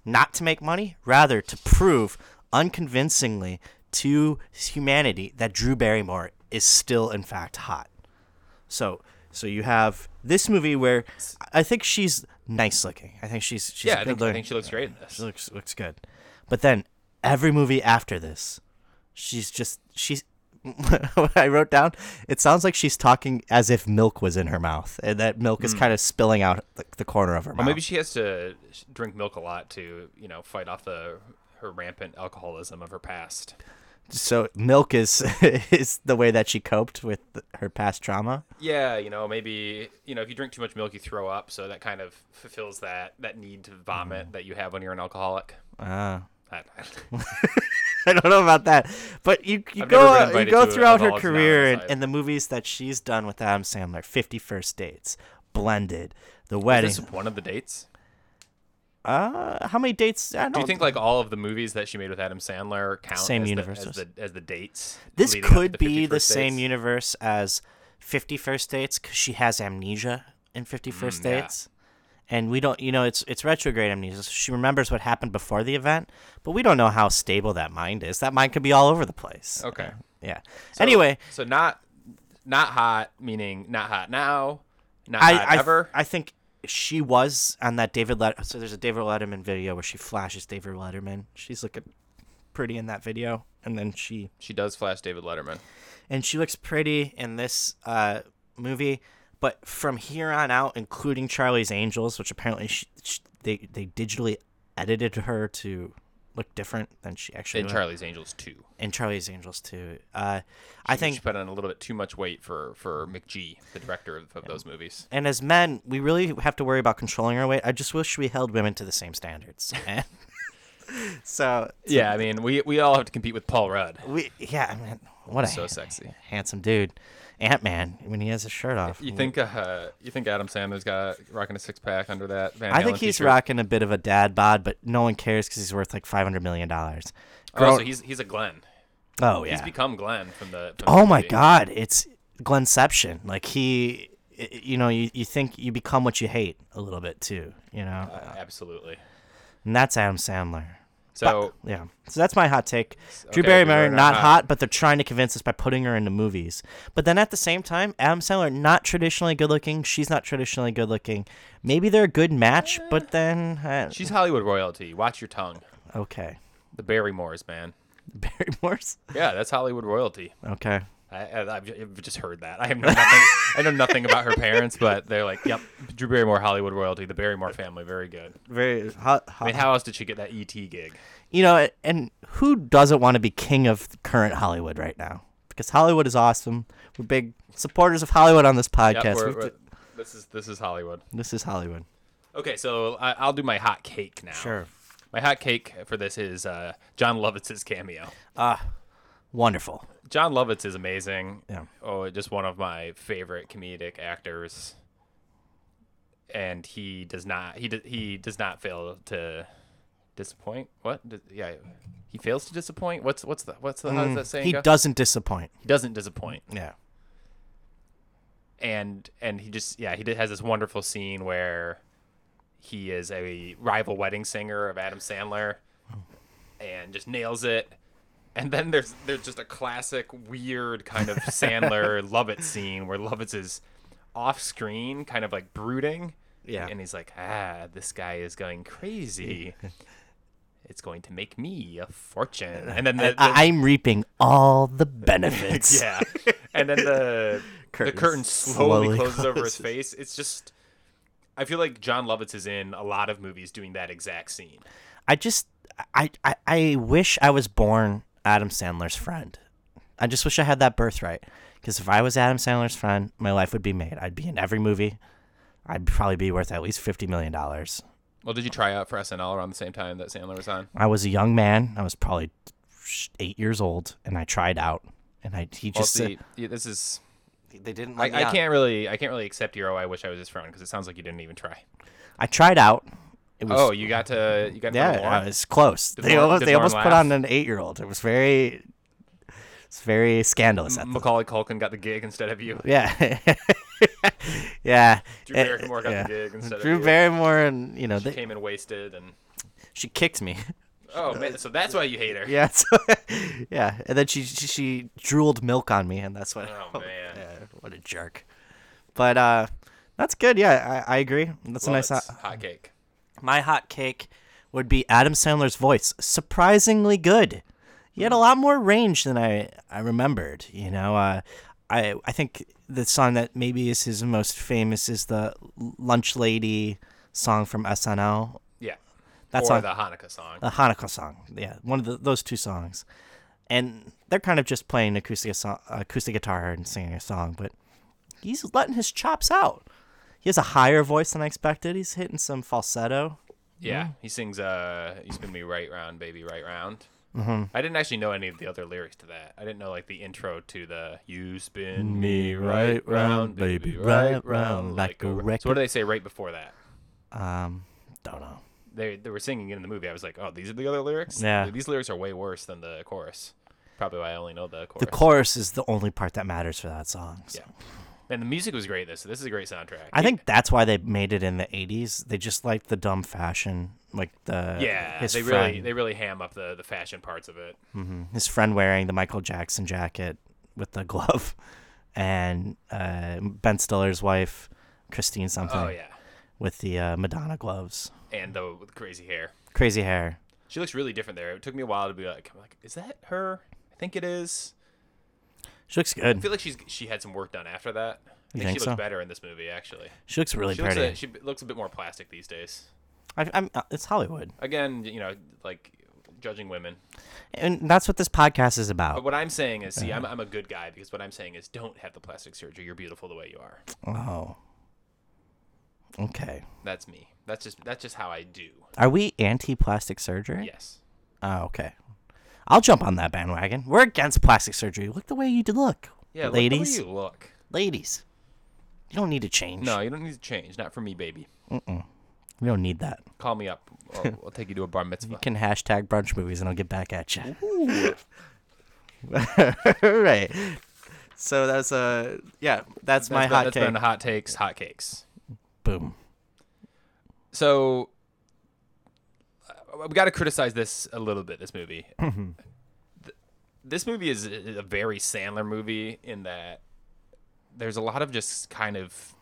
[SPEAKER 1] not to make money, rather to prove unconvincingly to humanity that Drew Barrymore is still, in fact, hot. So, so you have this movie where I think she's nice looking. I think she's she's
[SPEAKER 2] Yeah, I
[SPEAKER 1] good
[SPEAKER 2] think, I
[SPEAKER 1] looking.
[SPEAKER 2] think she looks great in this.
[SPEAKER 1] She looks looks good. But then every movie after this, she's just she's. [laughs] what I wrote down, it sounds like she's talking as if milk was in her mouth, and that milk is kind of spilling out the, the corner of her
[SPEAKER 2] Well,
[SPEAKER 1] mouth.
[SPEAKER 2] Hmm. maybe she has to sh- drink milk a lot to, you know, fight off the her rampant alcoholism of her past.
[SPEAKER 1] so milk is [laughs] is the way that she coped with th- her past trauma.
[SPEAKER 2] Yeah, you know, maybe you know, if you drink too much milk, you throw up. So that kind of fulfills that that need to
[SPEAKER 1] Mm-hmm.
[SPEAKER 2] vomit that you have when you're an alcoholic.
[SPEAKER 1] Ah.
[SPEAKER 2] [laughs] I-
[SPEAKER 1] [laughs] I don't know about that, but you you
[SPEAKER 2] I've
[SPEAKER 1] go
[SPEAKER 2] never been
[SPEAKER 1] out, you
[SPEAKER 2] invited
[SPEAKER 1] go
[SPEAKER 2] to a-
[SPEAKER 1] throughout
[SPEAKER 2] of
[SPEAKER 1] her
[SPEAKER 2] all it's
[SPEAKER 1] career
[SPEAKER 2] not
[SPEAKER 1] and,
[SPEAKER 2] outside.
[SPEAKER 1] and the movies that she's done with Adam Sandler, Fifty First Dates, Blended, The Wedding.
[SPEAKER 2] Is this one of the dates?
[SPEAKER 1] uh, how many dates? I don't
[SPEAKER 2] Do you think like all of the movies that she made with Adam Sandler count
[SPEAKER 1] Same
[SPEAKER 2] as,
[SPEAKER 1] universes.
[SPEAKER 2] The, as, the, as the dates?
[SPEAKER 1] this
[SPEAKER 2] leading up to
[SPEAKER 1] could be
[SPEAKER 2] 51st
[SPEAKER 1] the
[SPEAKER 2] dates?
[SPEAKER 1] same universe as 51st dates because she has amnesia in 51st
[SPEAKER 2] Mm, yeah.
[SPEAKER 1] dates and we don't you know it's it's retrograde amnesia so she remembers what happened before the event but we don't know how stable that mind is that mind could be all over the place
[SPEAKER 2] Okay.
[SPEAKER 1] yeah
[SPEAKER 2] So-
[SPEAKER 1] anyway
[SPEAKER 2] so not not hot meaning not hot now, not hot
[SPEAKER 1] I, I
[SPEAKER 2] ever.
[SPEAKER 1] I think she was on that David Let so there's a David Letterman video where she flashes David Letterman she's looking pretty in that video and then she
[SPEAKER 2] she does flash David Letterman.
[SPEAKER 1] and she looks pretty in this uh, movie. But from here on out, including Charlie's Angels, which apparently she, sh they they digitally edited her to look different than she actually
[SPEAKER 2] In
[SPEAKER 1] was.
[SPEAKER 2] Charlie's Angels too.
[SPEAKER 1] in Charlie's Angels too. Uh, I
[SPEAKER 2] she
[SPEAKER 1] think.
[SPEAKER 2] put on a little bit too much weight for for McGee, the director of, of those movies.
[SPEAKER 1] And as men, we really have to worry about controlling our weight. I just wish we held women to the same standards. [laughs] And so
[SPEAKER 2] Yeah, I mean, we we all have to compete with Paul Rudd.
[SPEAKER 1] we, yeah, I mean, what a
[SPEAKER 2] So
[SPEAKER 1] ha-
[SPEAKER 2] sexy.
[SPEAKER 1] handsome dude, Ant Man when he has his shirt off.
[SPEAKER 2] You think uh, you think Adam Sandler's got rocking a six pack under that? Van
[SPEAKER 1] I
[SPEAKER 2] Halen
[SPEAKER 1] think he's
[SPEAKER 2] t-shirt?
[SPEAKER 1] rocking a bit of a dad bod, but no one cares because he's worth like five hundred million dollars.
[SPEAKER 2] Oh, so he's he's a Glenn.
[SPEAKER 1] oh
[SPEAKER 2] He's
[SPEAKER 1] yeah.
[SPEAKER 2] become Glenn from the. From
[SPEAKER 1] oh
[SPEAKER 2] the
[SPEAKER 1] my
[SPEAKER 2] movie.
[SPEAKER 1] God, it's Glenception. Like he, i- i- you know, you, you think you become what you hate a little bit too, you know,
[SPEAKER 2] Uh, Absolutely.
[SPEAKER 1] and that's Adam Sandler.
[SPEAKER 2] So
[SPEAKER 1] Yeah, so that's my hot take.
[SPEAKER 2] okay,
[SPEAKER 1] Drew
[SPEAKER 2] Drew
[SPEAKER 1] Barrymore
[SPEAKER 2] Barrymore,
[SPEAKER 1] not
[SPEAKER 2] not
[SPEAKER 1] hot, but they're trying to convince us by putting her into movies. But then at the same time, Adam Sandler not traditionally good looking. She's not traditionally good looking. Maybe they're a good match, but then uh,
[SPEAKER 2] she's Hollywood royalty. Watch your tongue.
[SPEAKER 1] okay, [laughs]
[SPEAKER 2] The Barrymores, man.
[SPEAKER 1] Barrymore's
[SPEAKER 2] Yeah, that's Hollywood royalty.
[SPEAKER 1] okay.
[SPEAKER 2] I, I, I've ju- I've just heard that. I have no nothing. I know nothing about her parents, but they're like, "Yep, Drew Barrymore, Hollywood royalty, the Barrymore family, very good."
[SPEAKER 1] very hot,
[SPEAKER 2] I mean, how else did she get that ET gig?
[SPEAKER 1] you know and who doesn't want to be king of current hollywood right now because hollywood is awesome we're big supporters of hollywood on this podcast
[SPEAKER 2] Yep, we're-
[SPEAKER 1] We've-
[SPEAKER 2] we're- this is this is Hollywood.
[SPEAKER 1] this is hollywood
[SPEAKER 2] Okay, so I, I'll do my hot cake now. My hot cake for this is uh, John Lovitz's cameo.
[SPEAKER 1] wonderful
[SPEAKER 2] John Lovitz is amazing.
[SPEAKER 1] Yeah.
[SPEAKER 2] Oh, just one of my favorite comedic actors. And he does not he do, he does not fail to disappoint. What? Does- yeah. He fails to disappoint. What's what's the what's the how does that saying
[SPEAKER 1] Mm, he
[SPEAKER 2] go?
[SPEAKER 1] doesn't disappoint
[SPEAKER 2] he doesn't disappoint.
[SPEAKER 1] yeah
[SPEAKER 2] and and he just yeah he did, has this wonderful scene where he is a rival wedding singer of Adam Sandler and just nails it and then there's there's just a classic weird
[SPEAKER 1] [laughs]
[SPEAKER 2] kind of Sandler Lovett scene where Lovitz is off screen kind of like brooding
[SPEAKER 1] Yeah.
[SPEAKER 2] and he's like ah this guy is
[SPEAKER 1] [laughs]
[SPEAKER 2] going crazy it's going to make me a fortune and then the, the,
[SPEAKER 1] I- i'm reaping all
[SPEAKER 2] [laughs]
[SPEAKER 1] the [laughs] benefits
[SPEAKER 2] yeah. [laughs] And then the
[SPEAKER 1] Curtains
[SPEAKER 2] the curtain slowly,
[SPEAKER 1] slowly
[SPEAKER 2] closes over his
[SPEAKER 1] closes.
[SPEAKER 2] face. It's just I feel like John Lovitz is in a lot of movies doing that exact scene.
[SPEAKER 1] i just I, I I wish I was born Adam Sandler's friend. I just wish I had that birthright. Because if I was Adam Sandler's friend, my life would be made. I'd be in every movie. I'd probably be worth at least fifty million dollars.
[SPEAKER 2] Well, did you try out for SNL around the same time that Sandler was on?
[SPEAKER 1] I was a young man. I was probably eight years old, and I tried out. And I he
[SPEAKER 2] Well,
[SPEAKER 1] just
[SPEAKER 2] see, yeah, this is
[SPEAKER 1] they didn't.
[SPEAKER 2] I, I can't really I can't really accept your oh I wish I was his friend because it sounds like you didn't even try.
[SPEAKER 1] I tried out. It was,
[SPEAKER 2] Oh, you got to you got to
[SPEAKER 1] yeah,
[SPEAKER 2] Lauren.
[SPEAKER 1] uh, it's close.
[SPEAKER 2] Did
[SPEAKER 1] they
[SPEAKER 2] Lauren-
[SPEAKER 1] almost
[SPEAKER 2] did
[SPEAKER 1] they
[SPEAKER 2] Lauren
[SPEAKER 1] almost put
[SPEAKER 2] laugh?
[SPEAKER 1] on an eight year old. It was very, it's very scandalous. At the,
[SPEAKER 2] Macaulay Culkin got the gig instead
[SPEAKER 1] [laughs]
[SPEAKER 2] of you.
[SPEAKER 1] yeah, yeah.
[SPEAKER 2] Drew
[SPEAKER 1] Eh,
[SPEAKER 2] Barrymore got
[SPEAKER 1] yeah.
[SPEAKER 2] the gig instead
[SPEAKER 1] Drew
[SPEAKER 2] of you.
[SPEAKER 1] Barrymore and you know
[SPEAKER 2] She
[SPEAKER 1] they,
[SPEAKER 2] came in wasted and
[SPEAKER 1] she kicked me. [laughs]
[SPEAKER 2] oh man, so that's why you hate her.
[SPEAKER 1] Yeah, so, [laughs] yeah, and then she, she she drooled milk on me, and that's what.
[SPEAKER 2] Oh man,
[SPEAKER 1] Yeah, Uh, what a jerk. But uh, that's good. Yeah, I, I agree. That's
[SPEAKER 2] Love
[SPEAKER 1] a nice.
[SPEAKER 2] it.
[SPEAKER 1] Hot,
[SPEAKER 2] hot cake.
[SPEAKER 1] my hot cake would be Adam Sandler's voice. Surprisingly good. He had a lot more range than I, I remembered. You know, uh, I I think the song that maybe is his most famous is the Lunch Lady song from SNL.
[SPEAKER 2] Yeah,
[SPEAKER 1] That's
[SPEAKER 2] or
[SPEAKER 1] all-
[SPEAKER 2] the Hanukkah song.
[SPEAKER 1] The Hanukkah song. Yeah, one of the, those two songs. And they're kind of just playing acoustic, so- acoustic guitar and singing a song, but he's letting his chops out. He has a higher voice than I expected. He's hitting some falsetto.
[SPEAKER 2] yeah, he sings uh, "You Spin Me Right Round, Baby, Right Round." I didn't actually know any of the other lyrics to that. I didn't know like the intro to the "You Spin Me Mm-hmm. Right Round, Baby, Right Round" like a record. So what do they say right before that?
[SPEAKER 1] Um, don't know.
[SPEAKER 2] they they were singing it in the movie. I was like, oh, these are the other lyrics.
[SPEAKER 1] Yeah.
[SPEAKER 2] these lyrics are way worse than the chorus. Probably why I only know the chorus.
[SPEAKER 1] The chorus is the only part that matters for that song. so.
[SPEAKER 2] Yeah. and the music was great. This so this is a great soundtrack.
[SPEAKER 1] I think that's why they made it in the '80s. They just liked the dumb fashion, like the
[SPEAKER 2] yeah,
[SPEAKER 1] his
[SPEAKER 2] they
[SPEAKER 1] friend,
[SPEAKER 2] really they really ham up the the fashion parts of it.
[SPEAKER 1] his friend wearing the Michael Jackson jacket with the [laughs] glove, and uh, Ben Stiller's wife, Christine something,
[SPEAKER 2] Oh yeah,
[SPEAKER 1] with the uh, Madonna gloves,
[SPEAKER 2] and the with crazy hair.
[SPEAKER 1] crazy hair.
[SPEAKER 2] She looks really different there. It took me a while to be like, I'm like, is that her? I think it is.
[SPEAKER 1] She looks
[SPEAKER 2] I
[SPEAKER 1] good.
[SPEAKER 2] feel like she's she had some work done after that. I
[SPEAKER 1] You
[SPEAKER 2] think,
[SPEAKER 1] think
[SPEAKER 2] she
[SPEAKER 1] so?
[SPEAKER 2] looks better in this movie actually.
[SPEAKER 1] She looks really
[SPEAKER 2] She looks
[SPEAKER 1] pretty.
[SPEAKER 2] a, she b- looks a bit more plastic these days.
[SPEAKER 1] I, I'm, uh, it's Hollywood,
[SPEAKER 2] Again, you know, like judging women,
[SPEAKER 1] and that's what this podcast is
[SPEAKER 2] But
[SPEAKER 1] about.
[SPEAKER 2] what I'm saying is, see, I'm, I'm a good guy because what I'm saying is, don't have the plastic surgery. You're beautiful the way you are.
[SPEAKER 1] Oh, okay.
[SPEAKER 2] That's me. That's just that's just how I do.
[SPEAKER 1] Are we anti plastic surgery?
[SPEAKER 2] Yes.
[SPEAKER 1] Oh, okay. I'll jump on that bandwagon. We're against plastic surgery. Look the way you did look.
[SPEAKER 2] Yeah. look the way
[SPEAKER 1] ladies.
[SPEAKER 2] you look.
[SPEAKER 1] Ladies. You don't need to change.
[SPEAKER 2] No, you don't need to change. Not for me, baby.
[SPEAKER 1] We don't need that.
[SPEAKER 2] Call me up. I'll, I'll take you to a bar mitzvah.
[SPEAKER 1] You can hashtag brunch movies and I'll get back at you. [laughs] right. So that's uh yeah, that's, my
[SPEAKER 2] That's been-
[SPEAKER 1] hot
[SPEAKER 2] that's
[SPEAKER 1] take.
[SPEAKER 2] been hot takes. Hot cakes.
[SPEAKER 1] Boom.
[SPEAKER 2] So uh, we got to criticize this a little bit.
[SPEAKER 1] [laughs]
[SPEAKER 2] This movie.
[SPEAKER 1] Mm-hmm.
[SPEAKER 2] Th- This movie is a a very Sandler movie in that there's a lot of just kind of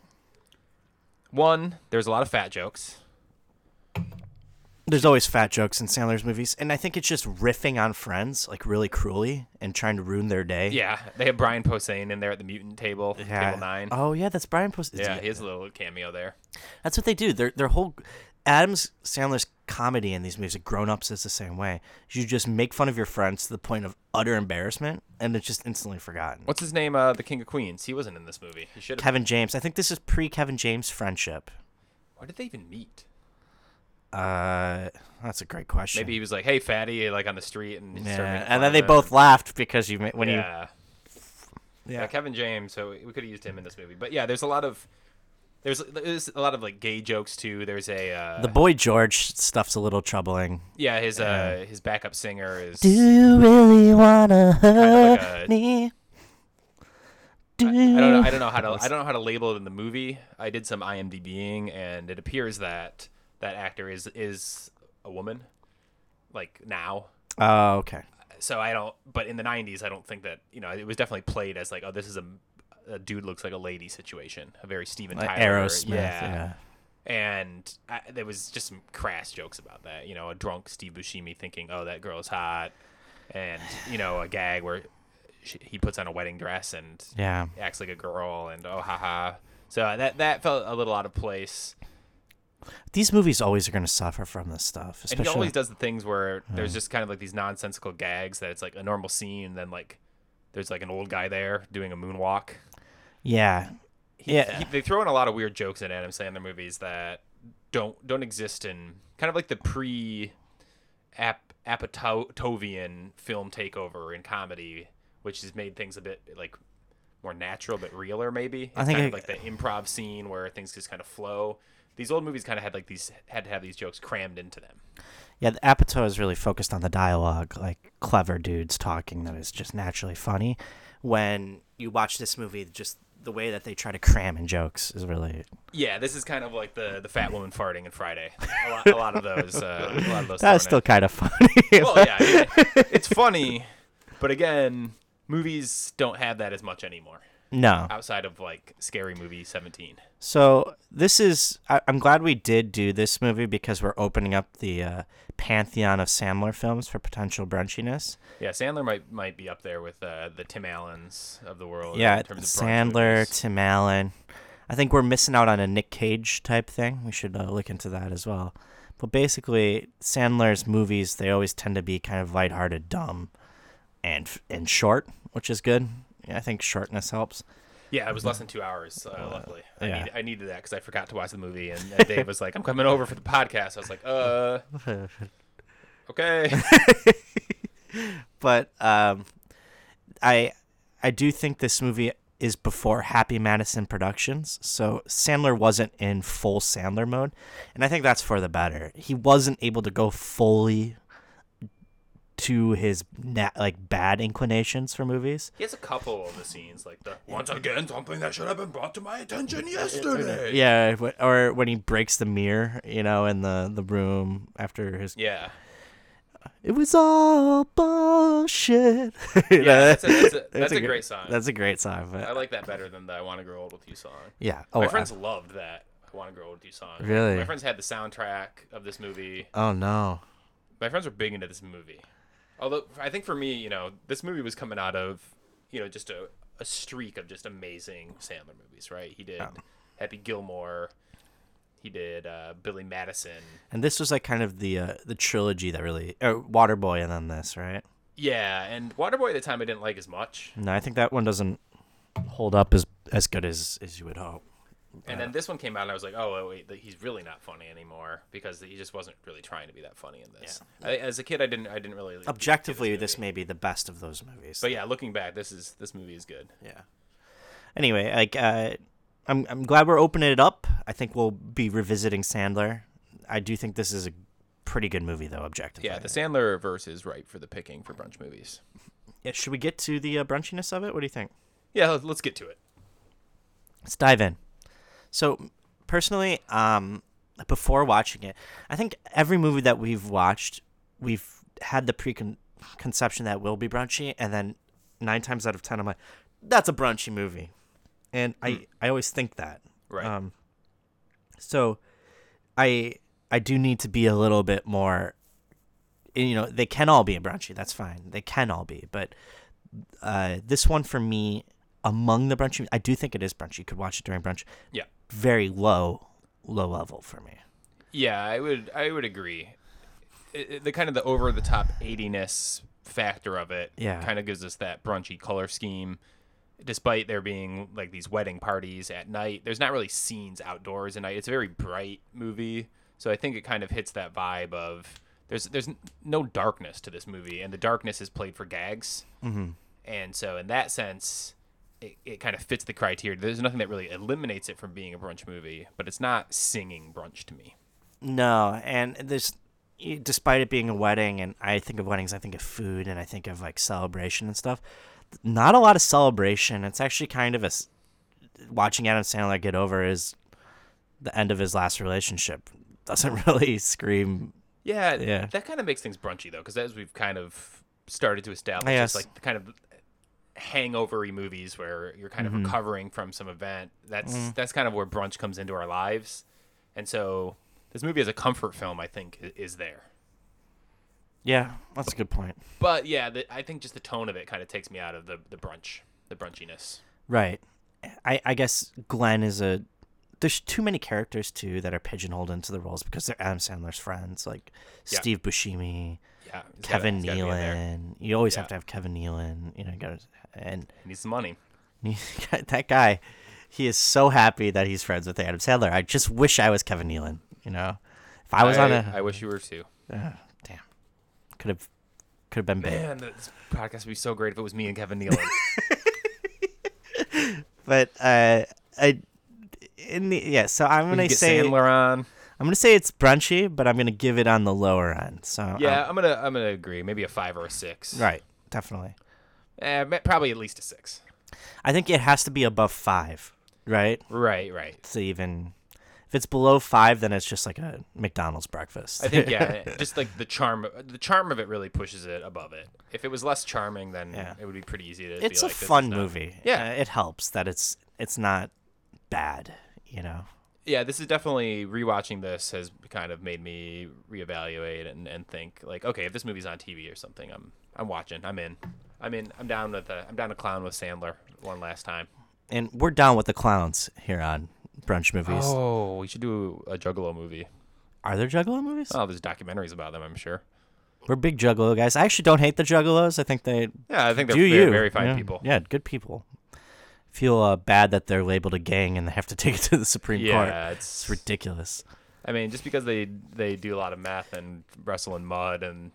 [SPEAKER 2] one. There's a lot of fat jokes.
[SPEAKER 1] There's always fat jokes in Sandler's movies, and I think it's just riffing on friends like really cruelly and trying to ruin their day.
[SPEAKER 2] Yeah, they have Brian Posehn in there at the mutant table, table nine.
[SPEAKER 1] Oh yeah, that's Brian Post.
[SPEAKER 2] yeah, he has a little cameo there.
[SPEAKER 1] That's what they do. Their their whole Adams Sandler's comedy in these movies, like Grown Ups, is the same way. You just make fun of your friends to the point of utter embarrassment, and it's just instantly forgotten.
[SPEAKER 2] What's his name? Uh, the King of Queens. He wasn't in this movie. He should have.
[SPEAKER 1] Kevin James, I think this is pre Kevin James friendship.
[SPEAKER 2] Why did they even meet?
[SPEAKER 1] Uh, that's a great question.
[SPEAKER 2] Maybe he was like, "Hey, fatty," like on the street, and he started
[SPEAKER 1] Yeah,
[SPEAKER 2] making fun
[SPEAKER 1] and then
[SPEAKER 2] of
[SPEAKER 1] they
[SPEAKER 2] him.
[SPEAKER 1] both laughed because you ma- when
[SPEAKER 2] Yeah.
[SPEAKER 1] you
[SPEAKER 2] Yeah, Kevin James. So we could have used him in this movie, but yeah, there's a lot of there's there's a lot of like gay jokes too. There's a uh,
[SPEAKER 1] the boy George stuff's a little troubling.
[SPEAKER 2] yeah his uh his backup singer is
[SPEAKER 1] Do you really wanna hurt
[SPEAKER 2] like a-
[SPEAKER 1] me? Do
[SPEAKER 2] I don't know I don't know how to
[SPEAKER 1] [laughs]
[SPEAKER 2] I don't know how to label it in the movie. I did some IMDbing, and it appears that that actor is is a woman, like now.
[SPEAKER 1] Oh, okay.
[SPEAKER 2] So I don't, but in the '90s, I don't think that you know it was definitely played as like oh this is a a dude looks like a lady situation, a very Steven
[SPEAKER 1] Like
[SPEAKER 2] Tyler
[SPEAKER 1] Aerosmith. yeah.
[SPEAKER 2] and I, there was just some crass jokes about that. You know, a drunk Steve Buscemi thinking, "Oh, that girl's hot," and you know, a gag where she, he puts on a wedding dress and
[SPEAKER 1] Yeah.
[SPEAKER 2] acts like a girl, and oh, haha. So that that felt a little out of place.
[SPEAKER 1] These movies always are going to suffer from this stuff,
[SPEAKER 2] And he
[SPEAKER 1] especially
[SPEAKER 2] always does the things where there's just kind of like these nonsensical gags that it's like a normal scene, and then like there's like an old guy there doing a moonwalk.
[SPEAKER 1] yeah,
[SPEAKER 2] He,
[SPEAKER 1] Yeah.
[SPEAKER 2] he- they throw in a lot of weird jokes in Adam Sandler movies that don't don't exist in kind of like the pre Ap- Apatovian film takeover in comedy, which has made things a bit like more natural but realer maybe. It's
[SPEAKER 1] I think
[SPEAKER 2] kind of
[SPEAKER 1] I-
[SPEAKER 2] like the improv scene where things just kind of flow. These old movies kind of had like these had to have these jokes crammed into them.
[SPEAKER 1] yeah. The Apatow is really focused on the dialogue, like clever dudes talking that is just naturally funny. When you watch this movie, just the way that they try to cram in jokes is really
[SPEAKER 2] Yeah, this is kind of like the the fat woman farting in Friday. A lot, a lot of those. Uh, a lot of those.
[SPEAKER 1] that is
[SPEAKER 2] thrown
[SPEAKER 1] still
[SPEAKER 2] in.
[SPEAKER 1] kind of [laughs] funny.
[SPEAKER 2] Well, yeah,
[SPEAKER 1] [laughs]
[SPEAKER 2] yeah. it's funny, but again, movies don't have that as much anymore.
[SPEAKER 1] no,
[SPEAKER 2] Outside of like scary movie seventeen.
[SPEAKER 1] So this is. I, I'm glad we did do this movie because we're opening up the uh, pantheon of Sandler films for potential brunchiness.
[SPEAKER 2] Yeah, Sandler might might be up there with uh, the Tim Allens of the world.
[SPEAKER 1] yeah,
[SPEAKER 2] in terms of brunch
[SPEAKER 1] Sandler,
[SPEAKER 2] movies.
[SPEAKER 1] Tim Allen. I think we're missing out on a Nick Cage type thing. We should uh, look into that as well. But basically, Sandler's movies they always tend to be kind of lighthearted, dumb, and and short, which is good. Yeah, I think shortness helps.
[SPEAKER 2] Yeah, it was less than two hours. Uh, luckily, I,
[SPEAKER 1] yeah.
[SPEAKER 2] need, I needed that because I forgot to watch the movie, and, and Dave was like, "I'm coming over for the podcast." I was like, "Uh,
[SPEAKER 1] [laughs]
[SPEAKER 2] okay."
[SPEAKER 1] but um, I I do think this movie is before Happy Madison Productions, so Sandler wasn't in full Sandler mode, and I think that's for the better. He wasn't able to go fully to his na- like bad inclinations for movies.
[SPEAKER 2] He has a couple of the scenes, like the once again something that should have been brought to my attention yesterday.
[SPEAKER 1] Yeah, wh- or when he breaks the mirror, you know, in the the room after his.
[SPEAKER 2] Yeah,
[SPEAKER 1] It was all bullshit. [laughs]
[SPEAKER 2] yeah, that's a, that's a, that's a
[SPEAKER 1] gr-
[SPEAKER 2] great song.
[SPEAKER 1] That's a great song. But,
[SPEAKER 2] I like that better than the "I Want to Grow Old with You" song.
[SPEAKER 1] yeah. Oh,
[SPEAKER 2] my
[SPEAKER 1] I-
[SPEAKER 2] friends loved that "I Want to Grow Old with You" song.
[SPEAKER 1] Really?
[SPEAKER 2] my friends had the soundtrack of this movie.
[SPEAKER 1] Oh no.
[SPEAKER 2] My friends were big into this movie. Although I think for me, you know, this movie was coming out of you know just a, a streak of just amazing Sandler movies. Right? He did Happy Gilmore. He did uh, Billy Madison.
[SPEAKER 1] And this was like kind of the uh, the trilogy that really uh, Waterboy and then this, right?
[SPEAKER 2] Yeah, and Waterboy at the time I didn't like as much.
[SPEAKER 1] No, I think that one doesn't hold up as as good as as you would hope.
[SPEAKER 2] And
[SPEAKER 1] Uh.
[SPEAKER 2] then this one came out, and I was like, "Oh well, wait, th- he's really not funny anymore because he just wasn't really trying to be that funny in this." I, as a kid, I didn't, I didn't really like
[SPEAKER 1] Objectively,
[SPEAKER 2] movie.
[SPEAKER 1] this may be the best of those movies.
[SPEAKER 2] But yeah, looking back, this is this movie is good.
[SPEAKER 1] yeah. Anyway, like uh, I'm I'm glad we're opening it up. I think we'll be revisiting Sandler. I do think this is a pretty good movie though, objectively.
[SPEAKER 2] Yeah, the Sandler verse is ripe for the picking for brunch movies.
[SPEAKER 1] Yeah, Should we get to the uh, brunchiness of it? What do you think?
[SPEAKER 2] Yeah, let- let's get to it.
[SPEAKER 1] let's dive in. So, personally, um, before watching it, I think every movie that we've watched, we've had the preconception that will be brunchy, and then nine times out of ten, I'm like, that's a brunchy movie, and I I always think that.
[SPEAKER 2] Right.
[SPEAKER 1] Um, so, I I do need to be a little bit more. You know, they can all be a brunchy. That's fine. They can all be, but uh, this one for me among the brunchy i do think it is brunchy you could watch it during brunch
[SPEAKER 2] Yeah,
[SPEAKER 1] very low low level for me
[SPEAKER 2] yeah, I would, I would agree. It- it- the kind of the over the top eightiness factor of it,
[SPEAKER 1] Yeah.
[SPEAKER 2] kind of gives us that brunchy color scheme. Despite there being like these wedding parties at night, there's not really scenes outdoors at night. It's a very bright movie, so I think it kind of hits that vibe of there's there's n- no darkness to this movie, and the darkness is played for gags. And so, in that sense, it, it kind of fits the criteria. There's nothing that really eliminates it from being a brunch movie, but it's not singing brunch to me.
[SPEAKER 1] no and there's despite it being a wedding and i think of weddings i think of food and i think of like celebration and stuff not a lot of celebration it's actually kind of a s- watching adam sandler get over is the end of his last relationship doesn't [laughs] really scream
[SPEAKER 2] Yeah,
[SPEAKER 1] Yeah.
[SPEAKER 2] that kind of makes things brunchy though, because as we've kind of started to establish,
[SPEAKER 1] Yes.
[SPEAKER 2] it's like the kind of hangovery movies where you're kind
[SPEAKER 1] Mm-hmm.
[SPEAKER 2] of recovering from some event. That's that's kind of where brunch comes into our lives, and so this movie as a comfort film, I think, i- is there.
[SPEAKER 1] yeah that's a good point
[SPEAKER 2] But yeah, the, I think just the tone of it kind of takes me out of the the brunch, the brunchiness.
[SPEAKER 1] Right. I, I guess Glenn is a there's too many characters too that are pigeonholed into the roles because they're Adam Sandler's friends, like
[SPEAKER 2] Yeah.
[SPEAKER 1] Steve Buscemi,
[SPEAKER 2] Yeah, he's gotta-
[SPEAKER 1] Kevin
[SPEAKER 2] he's gotta be in there.
[SPEAKER 1] Nealon. You always
[SPEAKER 2] Yeah.
[SPEAKER 1] have to have Kevin Nealon. You know, you gotta, and [laughs]
[SPEAKER 2] He needs some money.
[SPEAKER 1] that guy, he is so happy that he's friends with Adam Sandler. I just wish I was Kevin Nealon. You know, if I was on a,
[SPEAKER 2] I wish you were too.
[SPEAKER 1] Ugh, damn, could have, could have been big.
[SPEAKER 2] Man, this podcast would be so great if it was me and Kevin
[SPEAKER 1] [laughs]
[SPEAKER 2] Nealon.
[SPEAKER 1] But uh, I, in the yeah, so I'm
[SPEAKER 2] we
[SPEAKER 1] gonna
[SPEAKER 2] could get
[SPEAKER 1] say
[SPEAKER 2] Sandler on.
[SPEAKER 1] I'm gonna say it's brunchy, but I'm gonna give it on the lower end. So
[SPEAKER 2] Yeah, I'm gonna I'm gonna agree. Maybe a five or a six.
[SPEAKER 1] um, right, definitely.
[SPEAKER 2] Eh, ma- probably at least a six.
[SPEAKER 1] I think it has to be above five, right?
[SPEAKER 2] Right, right.
[SPEAKER 1] To even, if it's below five, then it's just like a McDonald's breakfast.
[SPEAKER 2] I
[SPEAKER 1] [laughs]
[SPEAKER 2] think yeah, just like the charm, the charm of it really pushes it above it. If it was less charming, then
[SPEAKER 1] Yeah.
[SPEAKER 2] it would be pretty easy to. be
[SPEAKER 1] it's a
[SPEAKER 2] like, this is
[SPEAKER 1] fun
[SPEAKER 2] not-
[SPEAKER 1] movie.
[SPEAKER 2] Yeah.
[SPEAKER 1] Uh, it helps that it's it's not bad. You know,
[SPEAKER 2] Yeah, this is definitely rewatching. This has kind of made me reevaluate and, and think like, okay, if this movie's on TV or something, I'm I'm watching. I'm in. I'm in. I'm down with the. I'm down to clown with Sandler one last time.
[SPEAKER 1] and we're down with the clowns here on brunch movies.
[SPEAKER 2] Oh, we should do a Juggalo movie.
[SPEAKER 1] Are there Juggalo movies?
[SPEAKER 2] Oh, there's documentaries about them, I'm sure.
[SPEAKER 1] We're big Juggalo guys. I actually don't hate the Juggalos. I think they
[SPEAKER 2] Yeah, I think they're,
[SPEAKER 1] do
[SPEAKER 2] they're
[SPEAKER 1] you
[SPEAKER 2] very fine
[SPEAKER 1] yeah.
[SPEAKER 2] people.
[SPEAKER 1] Yeah, good people. Feel uh, bad that they're labeled a gang and they have to [laughs] take it to the Supreme Court.
[SPEAKER 2] Yeah,
[SPEAKER 1] It's
[SPEAKER 2] it's
[SPEAKER 1] ridiculous.
[SPEAKER 2] I mean, just because they they do a lot of math and wrestle in mud and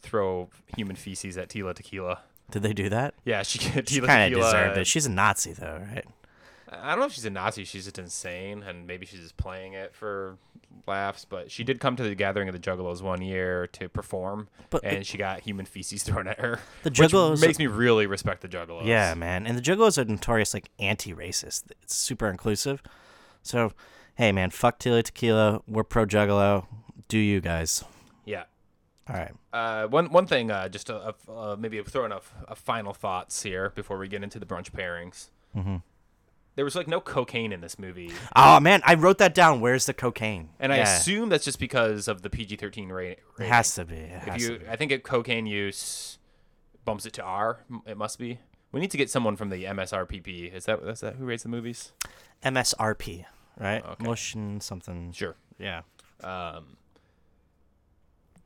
[SPEAKER 2] throw human feces at Tila Tequila.
[SPEAKER 1] Did they do that?
[SPEAKER 2] Yeah, she [laughs] Tila
[SPEAKER 1] She kind of
[SPEAKER 2] Tequila.
[SPEAKER 1] deserved it. She's a Nazi though, right?
[SPEAKER 2] I don't know if she's a Nazi. She's just insane, and maybe she's just playing it for laughs. But she did come to the gathering of the Juggalos one year to perform,
[SPEAKER 1] But-
[SPEAKER 2] and she got human feces thrown at her.
[SPEAKER 1] The
[SPEAKER 2] which
[SPEAKER 1] Juggalos-
[SPEAKER 2] makes me really respect the Juggalos.
[SPEAKER 1] Yeah, man. And the Juggalos are notorious like anti-racist. It's super inclusive. So, hey, man, fuck Tila Tequila. We're pro Juggalo. Do you guys?
[SPEAKER 2] yeah.
[SPEAKER 1] All right.
[SPEAKER 2] Uh, one one thing, uh, just uh uh, maybe throwing a, a final thoughts here before we get into the brunch pairings.
[SPEAKER 1] Mm-hmm.
[SPEAKER 2] There was like no cocaine in this movie,
[SPEAKER 1] Oh man, I wrote that down. Where's the cocaine?
[SPEAKER 2] and I
[SPEAKER 1] Yeah.
[SPEAKER 2] assume that's just because of the PG thirteen rating.
[SPEAKER 1] it has to be. It
[SPEAKER 2] If
[SPEAKER 1] has
[SPEAKER 2] you,
[SPEAKER 1] to be.
[SPEAKER 2] I think it, cocaine use bumps it to R. m- It must be. We need to get someone from the MSRPP. Is that that's that who rates the movies?
[SPEAKER 1] MSRP, right?
[SPEAKER 2] Okay.
[SPEAKER 1] Motion something.
[SPEAKER 2] Sure.
[SPEAKER 1] Yeah.
[SPEAKER 2] Um,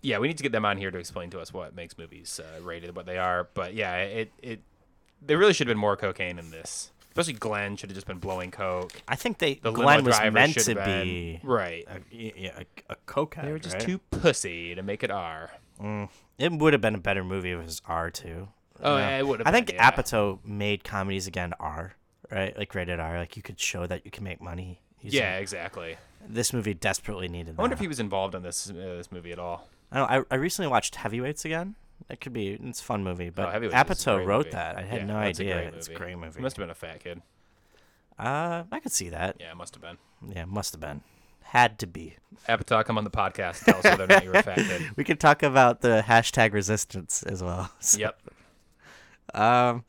[SPEAKER 2] yeah, we need to get them on here to explain to us what makes movies uh, rated what they are. But yeah, it it there really should have been more cocaine in this. Especially Glenn should have just been blowing coke.
[SPEAKER 1] I think they
[SPEAKER 2] The
[SPEAKER 1] Glenn
[SPEAKER 2] limo
[SPEAKER 1] was
[SPEAKER 2] driver
[SPEAKER 1] meant
[SPEAKER 2] should
[SPEAKER 1] to
[SPEAKER 2] have been-
[SPEAKER 1] be
[SPEAKER 2] right.
[SPEAKER 1] a, yeah, a, a cokehead.
[SPEAKER 2] They were just
[SPEAKER 1] right?
[SPEAKER 2] too pussy to make it R.
[SPEAKER 1] It would have been a better movie if it was R two.
[SPEAKER 2] Oh, yeah, it would have.
[SPEAKER 1] I think
[SPEAKER 2] been, yeah.
[SPEAKER 1] Apatow made comedies again R, right? Like rated R. Like you could show that you can make money. using-
[SPEAKER 2] Yeah, exactly.
[SPEAKER 1] This movie desperately needed. That.
[SPEAKER 2] I wonder if he was involved in this uh, this movie at all.
[SPEAKER 1] I, don't, know, I I recently watched Heavyweights again. It could be. It's a fun movie, but
[SPEAKER 2] Oh, Heavyweights is a
[SPEAKER 1] Apatow
[SPEAKER 2] great
[SPEAKER 1] wrote
[SPEAKER 2] movie.
[SPEAKER 1] that. I had
[SPEAKER 2] Yeah,
[SPEAKER 1] no
[SPEAKER 2] that's a
[SPEAKER 1] idea.
[SPEAKER 2] great
[SPEAKER 1] it's a
[SPEAKER 2] movie.
[SPEAKER 1] great movie.
[SPEAKER 2] He must have been a fat kid.
[SPEAKER 1] uh, I could see that.
[SPEAKER 2] Yeah, it must have been.
[SPEAKER 1] Yeah, must have been. Had to be.
[SPEAKER 2] Apatow, come on the podcast. Tell us whether or not you were a
[SPEAKER 1] [laughs]
[SPEAKER 2] fat kid.
[SPEAKER 1] We could talk about the hashtag resistance as
[SPEAKER 2] [laughs]
[SPEAKER 1] well. So-
[SPEAKER 2] Yep.
[SPEAKER 1] Um,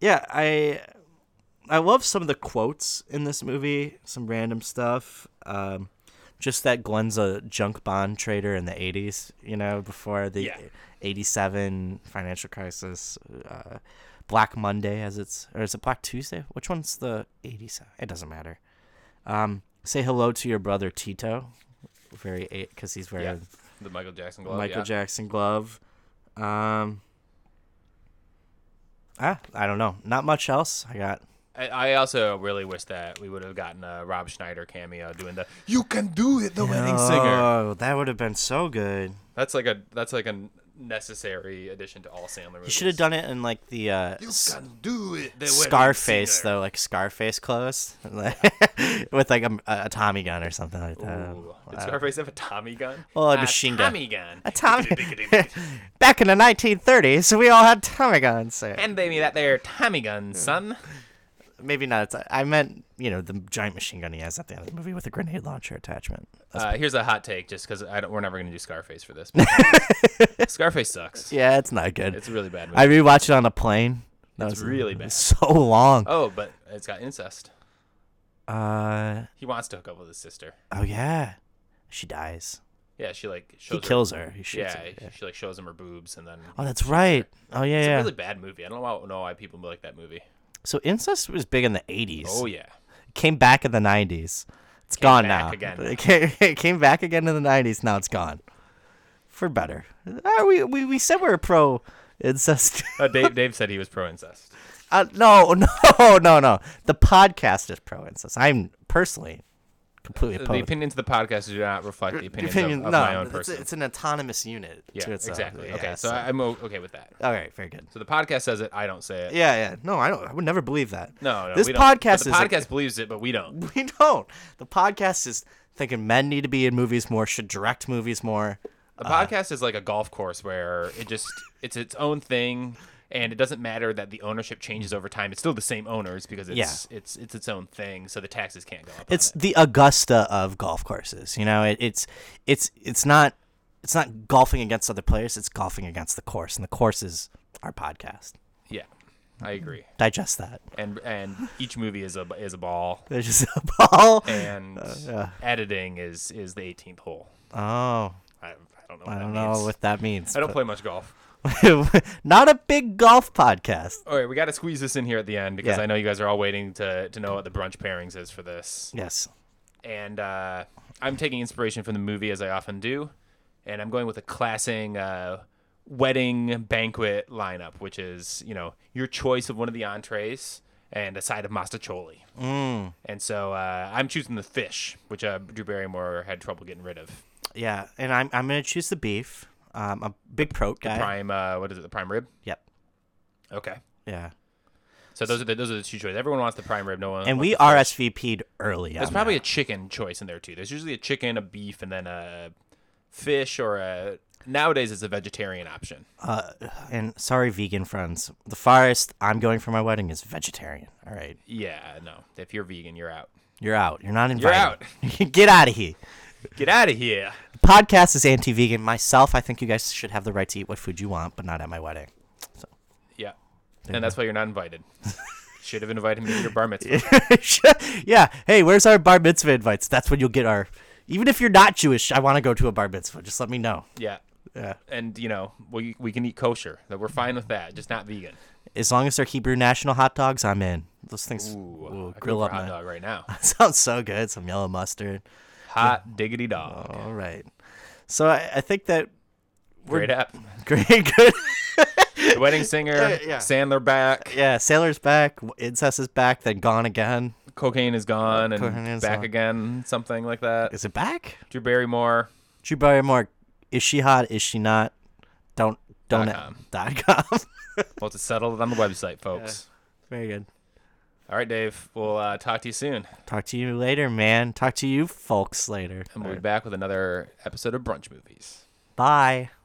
[SPEAKER 1] yeah, I I love some of the quotes in this movie. Some random stuff. Um, just that Glenn's a junk bond trader in the '80s. You know, before the
[SPEAKER 2] Yeah.
[SPEAKER 1] '87 financial crisis. Uh, Black Monday, as it's or is it Black Tuesday? Which one's the '87? It doesn't matter. Um, say hello to your brother Tito. Very, because he's wearing
[SPEAKER 2] Yeah. The Michael Jackson glove.
[SPEAKER 1] Michael
[SPEAKER 2] yeah.
[SPEAKER 1] Jackson glove. Um, ah, I don't know. Not much else I got.
[SPEAKER 2] I, I also really wish that we would have gotten a Rob Schneider cameo doing the "You can do it," the wedding singer.
[SPEAKER 1] Oh, that would have been so good.
[SPEAKER 2] That's like a that's like a necessary addition to all Sandler movies.
[SPEAKER 1] You should have done it in like the uh,
[SPEAKER 2] You
[SPEAKER 1] s-
[SPEAKER 2] can do it. The wedding
[SPEAKER 1] Scarface
[SPEAKER 2] singer.
[SPEAKER 1] though, like Scarface clothes, [laughs] like, with like a, a Tommy gun or something like that.
[SPEAKER 2] Ooh. Did Scarface have a Tommy gun?
[SPEAKER 1] Oh, Well, a machine gun.
[SPEAKER 2] Tommy gun.
[SPEAKER 1] A
[SPEAKER 2] [laughs]
[SPEAKER 1] Tommy. Back in the 1930s, we all had Tommy guns. Uh, so-
[SPEAKER 2] Hand me that there Tommy gun, son.
[SPEAKER 1] Maybe not. I meant, you know, the giant machine gun he has at the end of the movie with a grenade launcher
[SPEAKER 2] [laughs]
[SPEAKER 1] attachment.
[SPEAKER 2] Uh, here's a hot take, just because I don't, we're never gonna do
[SPEAKER 1] [laughs]
[SPEAKER 2] Scarface for this. but- Scarface sucks.
[SPEAKER 1] Yeah, it's not good.
[SPEAKER 2] It's a really bad movie.
[SPEAKER 1] I rewatched it on a plane. That
[SPEAKER 2] It's
[SPEAKER 1] was [laughs]
[SPEAKER 2] really bad.
[SPEAKER 1] So long.
[SPEAKER 2] oh, but it's got incest. Oh.
[SPEAKER 1] Uh
[SPEAKER 2] He wants to hook up with his sister.
[SPEAKER 1] oh yeah, she dies.
[SPEAKER 2] Yeah, she like shows
[SPEAKER 1] He kills her. He
[SPEAKER 2] Her, yeah,
[SPEAKER 1] shoots her. yeah.
[SPEAKER 2] she like shows him her boobs, and then
[SPEAKER 1] Oh, that's right. Oh yeah,
[SPEAKER 2] it's
[SPEAKER 1] yeah.
[SPEAKER 2] a really bad movie. I don't know why, know why people like that movie.
[SPEAKER 1] so incest was big in the '80s.
[SPEAKER 2] Oh yeah,
[SPEAKER 1] came back in the 90s. It's
[SPEAKER 2] Came
[SPEAKER 1] gone
[SPEAKER 2] back
[SPEAKER 1] now.
[SPEAKER 2] again.
[SPEAKER 1] [laughs] It ca- it came back again in the 90s. Now it's gone. For better. Uh, we, we, we said we are pro incest. [laughs]
[SPEAKER 2] Uh, Dave, Dave said he was pro incest.
[SPEAKER 1] Uh, no, [laughs] no, no, no. The podcast is pro incest. I'm personally completely
[SPEAKER 2] The
[SPEAKER 1] opposed.
[SPEAKER 2] opinions of the podcast do not reflect the opinions of,
[SPEAKER 1] no,
[SPEAKER 2] of my own
[SPEAKER 1] it's,
[SPEAKER 2] person.
[SPEAKER 1] it's an autonomous unit.
[SPEAKER 2] yeah,
[SPEAKER 1] to itself.
[SPEAKER 2] exactly.
[SPEAKER 1] Yeah,
[SPEAKER 2] okay, so I'm o- okay with that.
[SPEAKER 1] all right, very good.
[SPEAKER 2] So the podcast says it. I don't say it.
[SPEAKER 1] Yeah, yeah. No, I don't. I would never believe that.
[SPEAKER 2] No, no.
[SPEAKER 1] This
[SPEAKER 2] we don't. But
[SPEAKER 1] podcast
[SPEAKER 2] the
[SPEAKER 1] is a-
[SPEAKER 2] podcast believes it, but we
[SPEAKER 1] [laughs]
[SPEAKER 2] don't.
[SPEAKER 1] We don't. The podcast is thinking men need to be in movies more, should direct movies more.
[SPEAKER 2] The
[SPEAKER 1] Uh-huh.
[SPEAKER 2] podcast is like a golf course where it just it's its own thing, and it doesn't matter that the ownership changes over time. It's still the same owners because it's it's it's its own thing, so the taxes can't go up. on
[SPEAKER 1] It's
[SPEAKER 2] it.
[SPEAKER 1] the Augusta of golf courses. You know, it, it's it's it's not it's not golfing against other players. It's golfing against the course, and the course is our podcast.
[SPEAKER 2] yeah, I agree.
[SPEAKER 1] Digest that.
[SPEAKER 2] And and each movie is a is a ball,
[SPEAKER 1] There's just a [laughs] ball.
[SPEAKER 2] and
[SPEAKER 1] Uh, yeah.
[SPEAKER 2] editing is is the 18th hole.
[SPEAKER 1] Oh,
[SPEAKER 2] I, I don't know. What
[SPEAKER 1] I
[SPEAKER 2] that
[SPEAKER 1] don't know
[SPEAKER 2] means.
[SPEAKER 1] what that means.
[SPEAKER 2] I don't play much golf.
[SPEAKER 1] but- [laughs] not a big golf podcast.
[SPEAKER 2] All right, we got to squeeze this in here at the end because
[SPEAKER 1] Yeah.
[SPEAKER 2] I know you guys are all waiting to to know what the brunch pairings is for this.
[SPEAKER 1] Yes.
[SPEAKER 2] and uh, I'm taking inspiration from the movie as I often do, and I'm going with a classing uh, wedding banquet lineup, which is you know your choice of one of the entrees and a side of mastacholi. Mm. And so uh, I'm choosing the fish, which uh, Drew Barrymore had trouble getting rid of.
[SPEAKER 1] Yeah, and I'm I'm gonna choose the beef. Um, a big prote guy.
[SPEAKER 2] Prime, uh, what is it? The prime rib.
[SPEAKER 1] Yep.
[SPEAKER 2] Okay.
[SPEAKER 1] Yeah.
[SPEAKER 2] So those are the, those are the two choices. Everyone wants the prime rib. No one.
[SPEAKER 1] And
[SPEAKER 2] wants
[SPEAKER 1] we
[SPEAKER 2] the fish.
[SPEAKER 1] RSVP'd early.
[SPEAKER 2] There's
[SPEAKER 1] on
[SPEAKER 2] probably
[SPEAKER 1] that.
[SPEAKER 2] a chicken choice in there too. There's usually a chicken, a beef, and then a fish or a. Nowadays, it's a vegetarian option.
[SPEAKER 1] Uh, and sorry, vegan friends. The farthest I'm going for my wedding is vegetarian. All right,
[SPEAKER 2] Yeah, no. If you're vegan, you're out.
[SPEAKER 1] you're out. You're not invited.
[SPEAKER 2] out.
[SPEAKER 1] [laughs] Get out of here.
[SPEAKER 2] Get out of here.
[SPEAKER 1] The podcast is anti-vegan. Myself, I think you guys should have the right to eat what food you want, but not at my wedding.
[SPEAKER 2] Yeah, and that's why you're
[SPEAKER 1] [laughs]
[SPEAKER 2] not invited. Should have invited me to your bar mitzvah.
[SPEAKER 1] [laughs] yeah. Hey, where's our bar mitzvah invites? That's when you'll get our. Even if you're not Jewish, I want to go to a bar mitzvah. Just let me know.
[SPEAKER 2] Yeah,
[SPEAKER 1] Yeah.
[SPEAKER 2] and you know we we can eat kosher. That we're fine with that. Just not vegan.
[SPEAKER 1] As long as they're Hebrew national hot dogs, I'm in. Those things
[SPEAKER 2] Ooh,
[SPEAKER 1] will
[SPEAKER 2] I could
[SPEAKER 1] grill
[SPEAKER 2] go
[SPEAKER 1] up.
[SPEAKER 2] for a hot
[SPEAKER 1] My,
[SPEAKER 2] dog
[SPEAKER 1] [laughs]
[SPEAKER 2] right now.
[SPEAKER 1] sounds so good. Some yellow mustard.
[SPEAKER 2] Hot diggity dog.
[SPEAKER 1] All right. So I, I think that [laughs]
[SPEAKER 2] Great app.
[SPEAKER 1] great, good.
[SPEAKER 2] The
[SPEAKER 1] [laughs]
[SPEAKER 2] wedding singer.
[SPEAKER 1] yeah.
[SPEAKER 2] Sandler back.
[SPEAKER 1] Yeah, Sailor's back, Incest is back, then gone again.
[SPEAKER 2] Cocaine is gone
[SPEAKER 1] Cocaine
[SPEAKER 2] and
[SPEAKER 1] is
[SPEAKER 2] back
[SPEAKER 1] gone.
[SPEAKER 2] again. Something like that.
[SPEAKER 1] Is it back?
[SPEAKER 2] Drew Barrymore.
[SPEAKER 1] Drew Barrymore, is she hot? Is she not? Don't don't
[SPEAKER 2] Dot
[SPEAKER 1] [laughs] dot com.
[SPEAKER 2] Well, it's settled on the website, folks.
[SPEAKER 1] Very good.
[SPEAKER 2] All right, Dave. We'll uh, talk to you soon,
[SPEAKER 1] Talk to you later, man. Talk to you folks later.
[SPEAKER 2] and we'll be back with another episode of Brunch Movies.
[SPEAKER 1] Bye.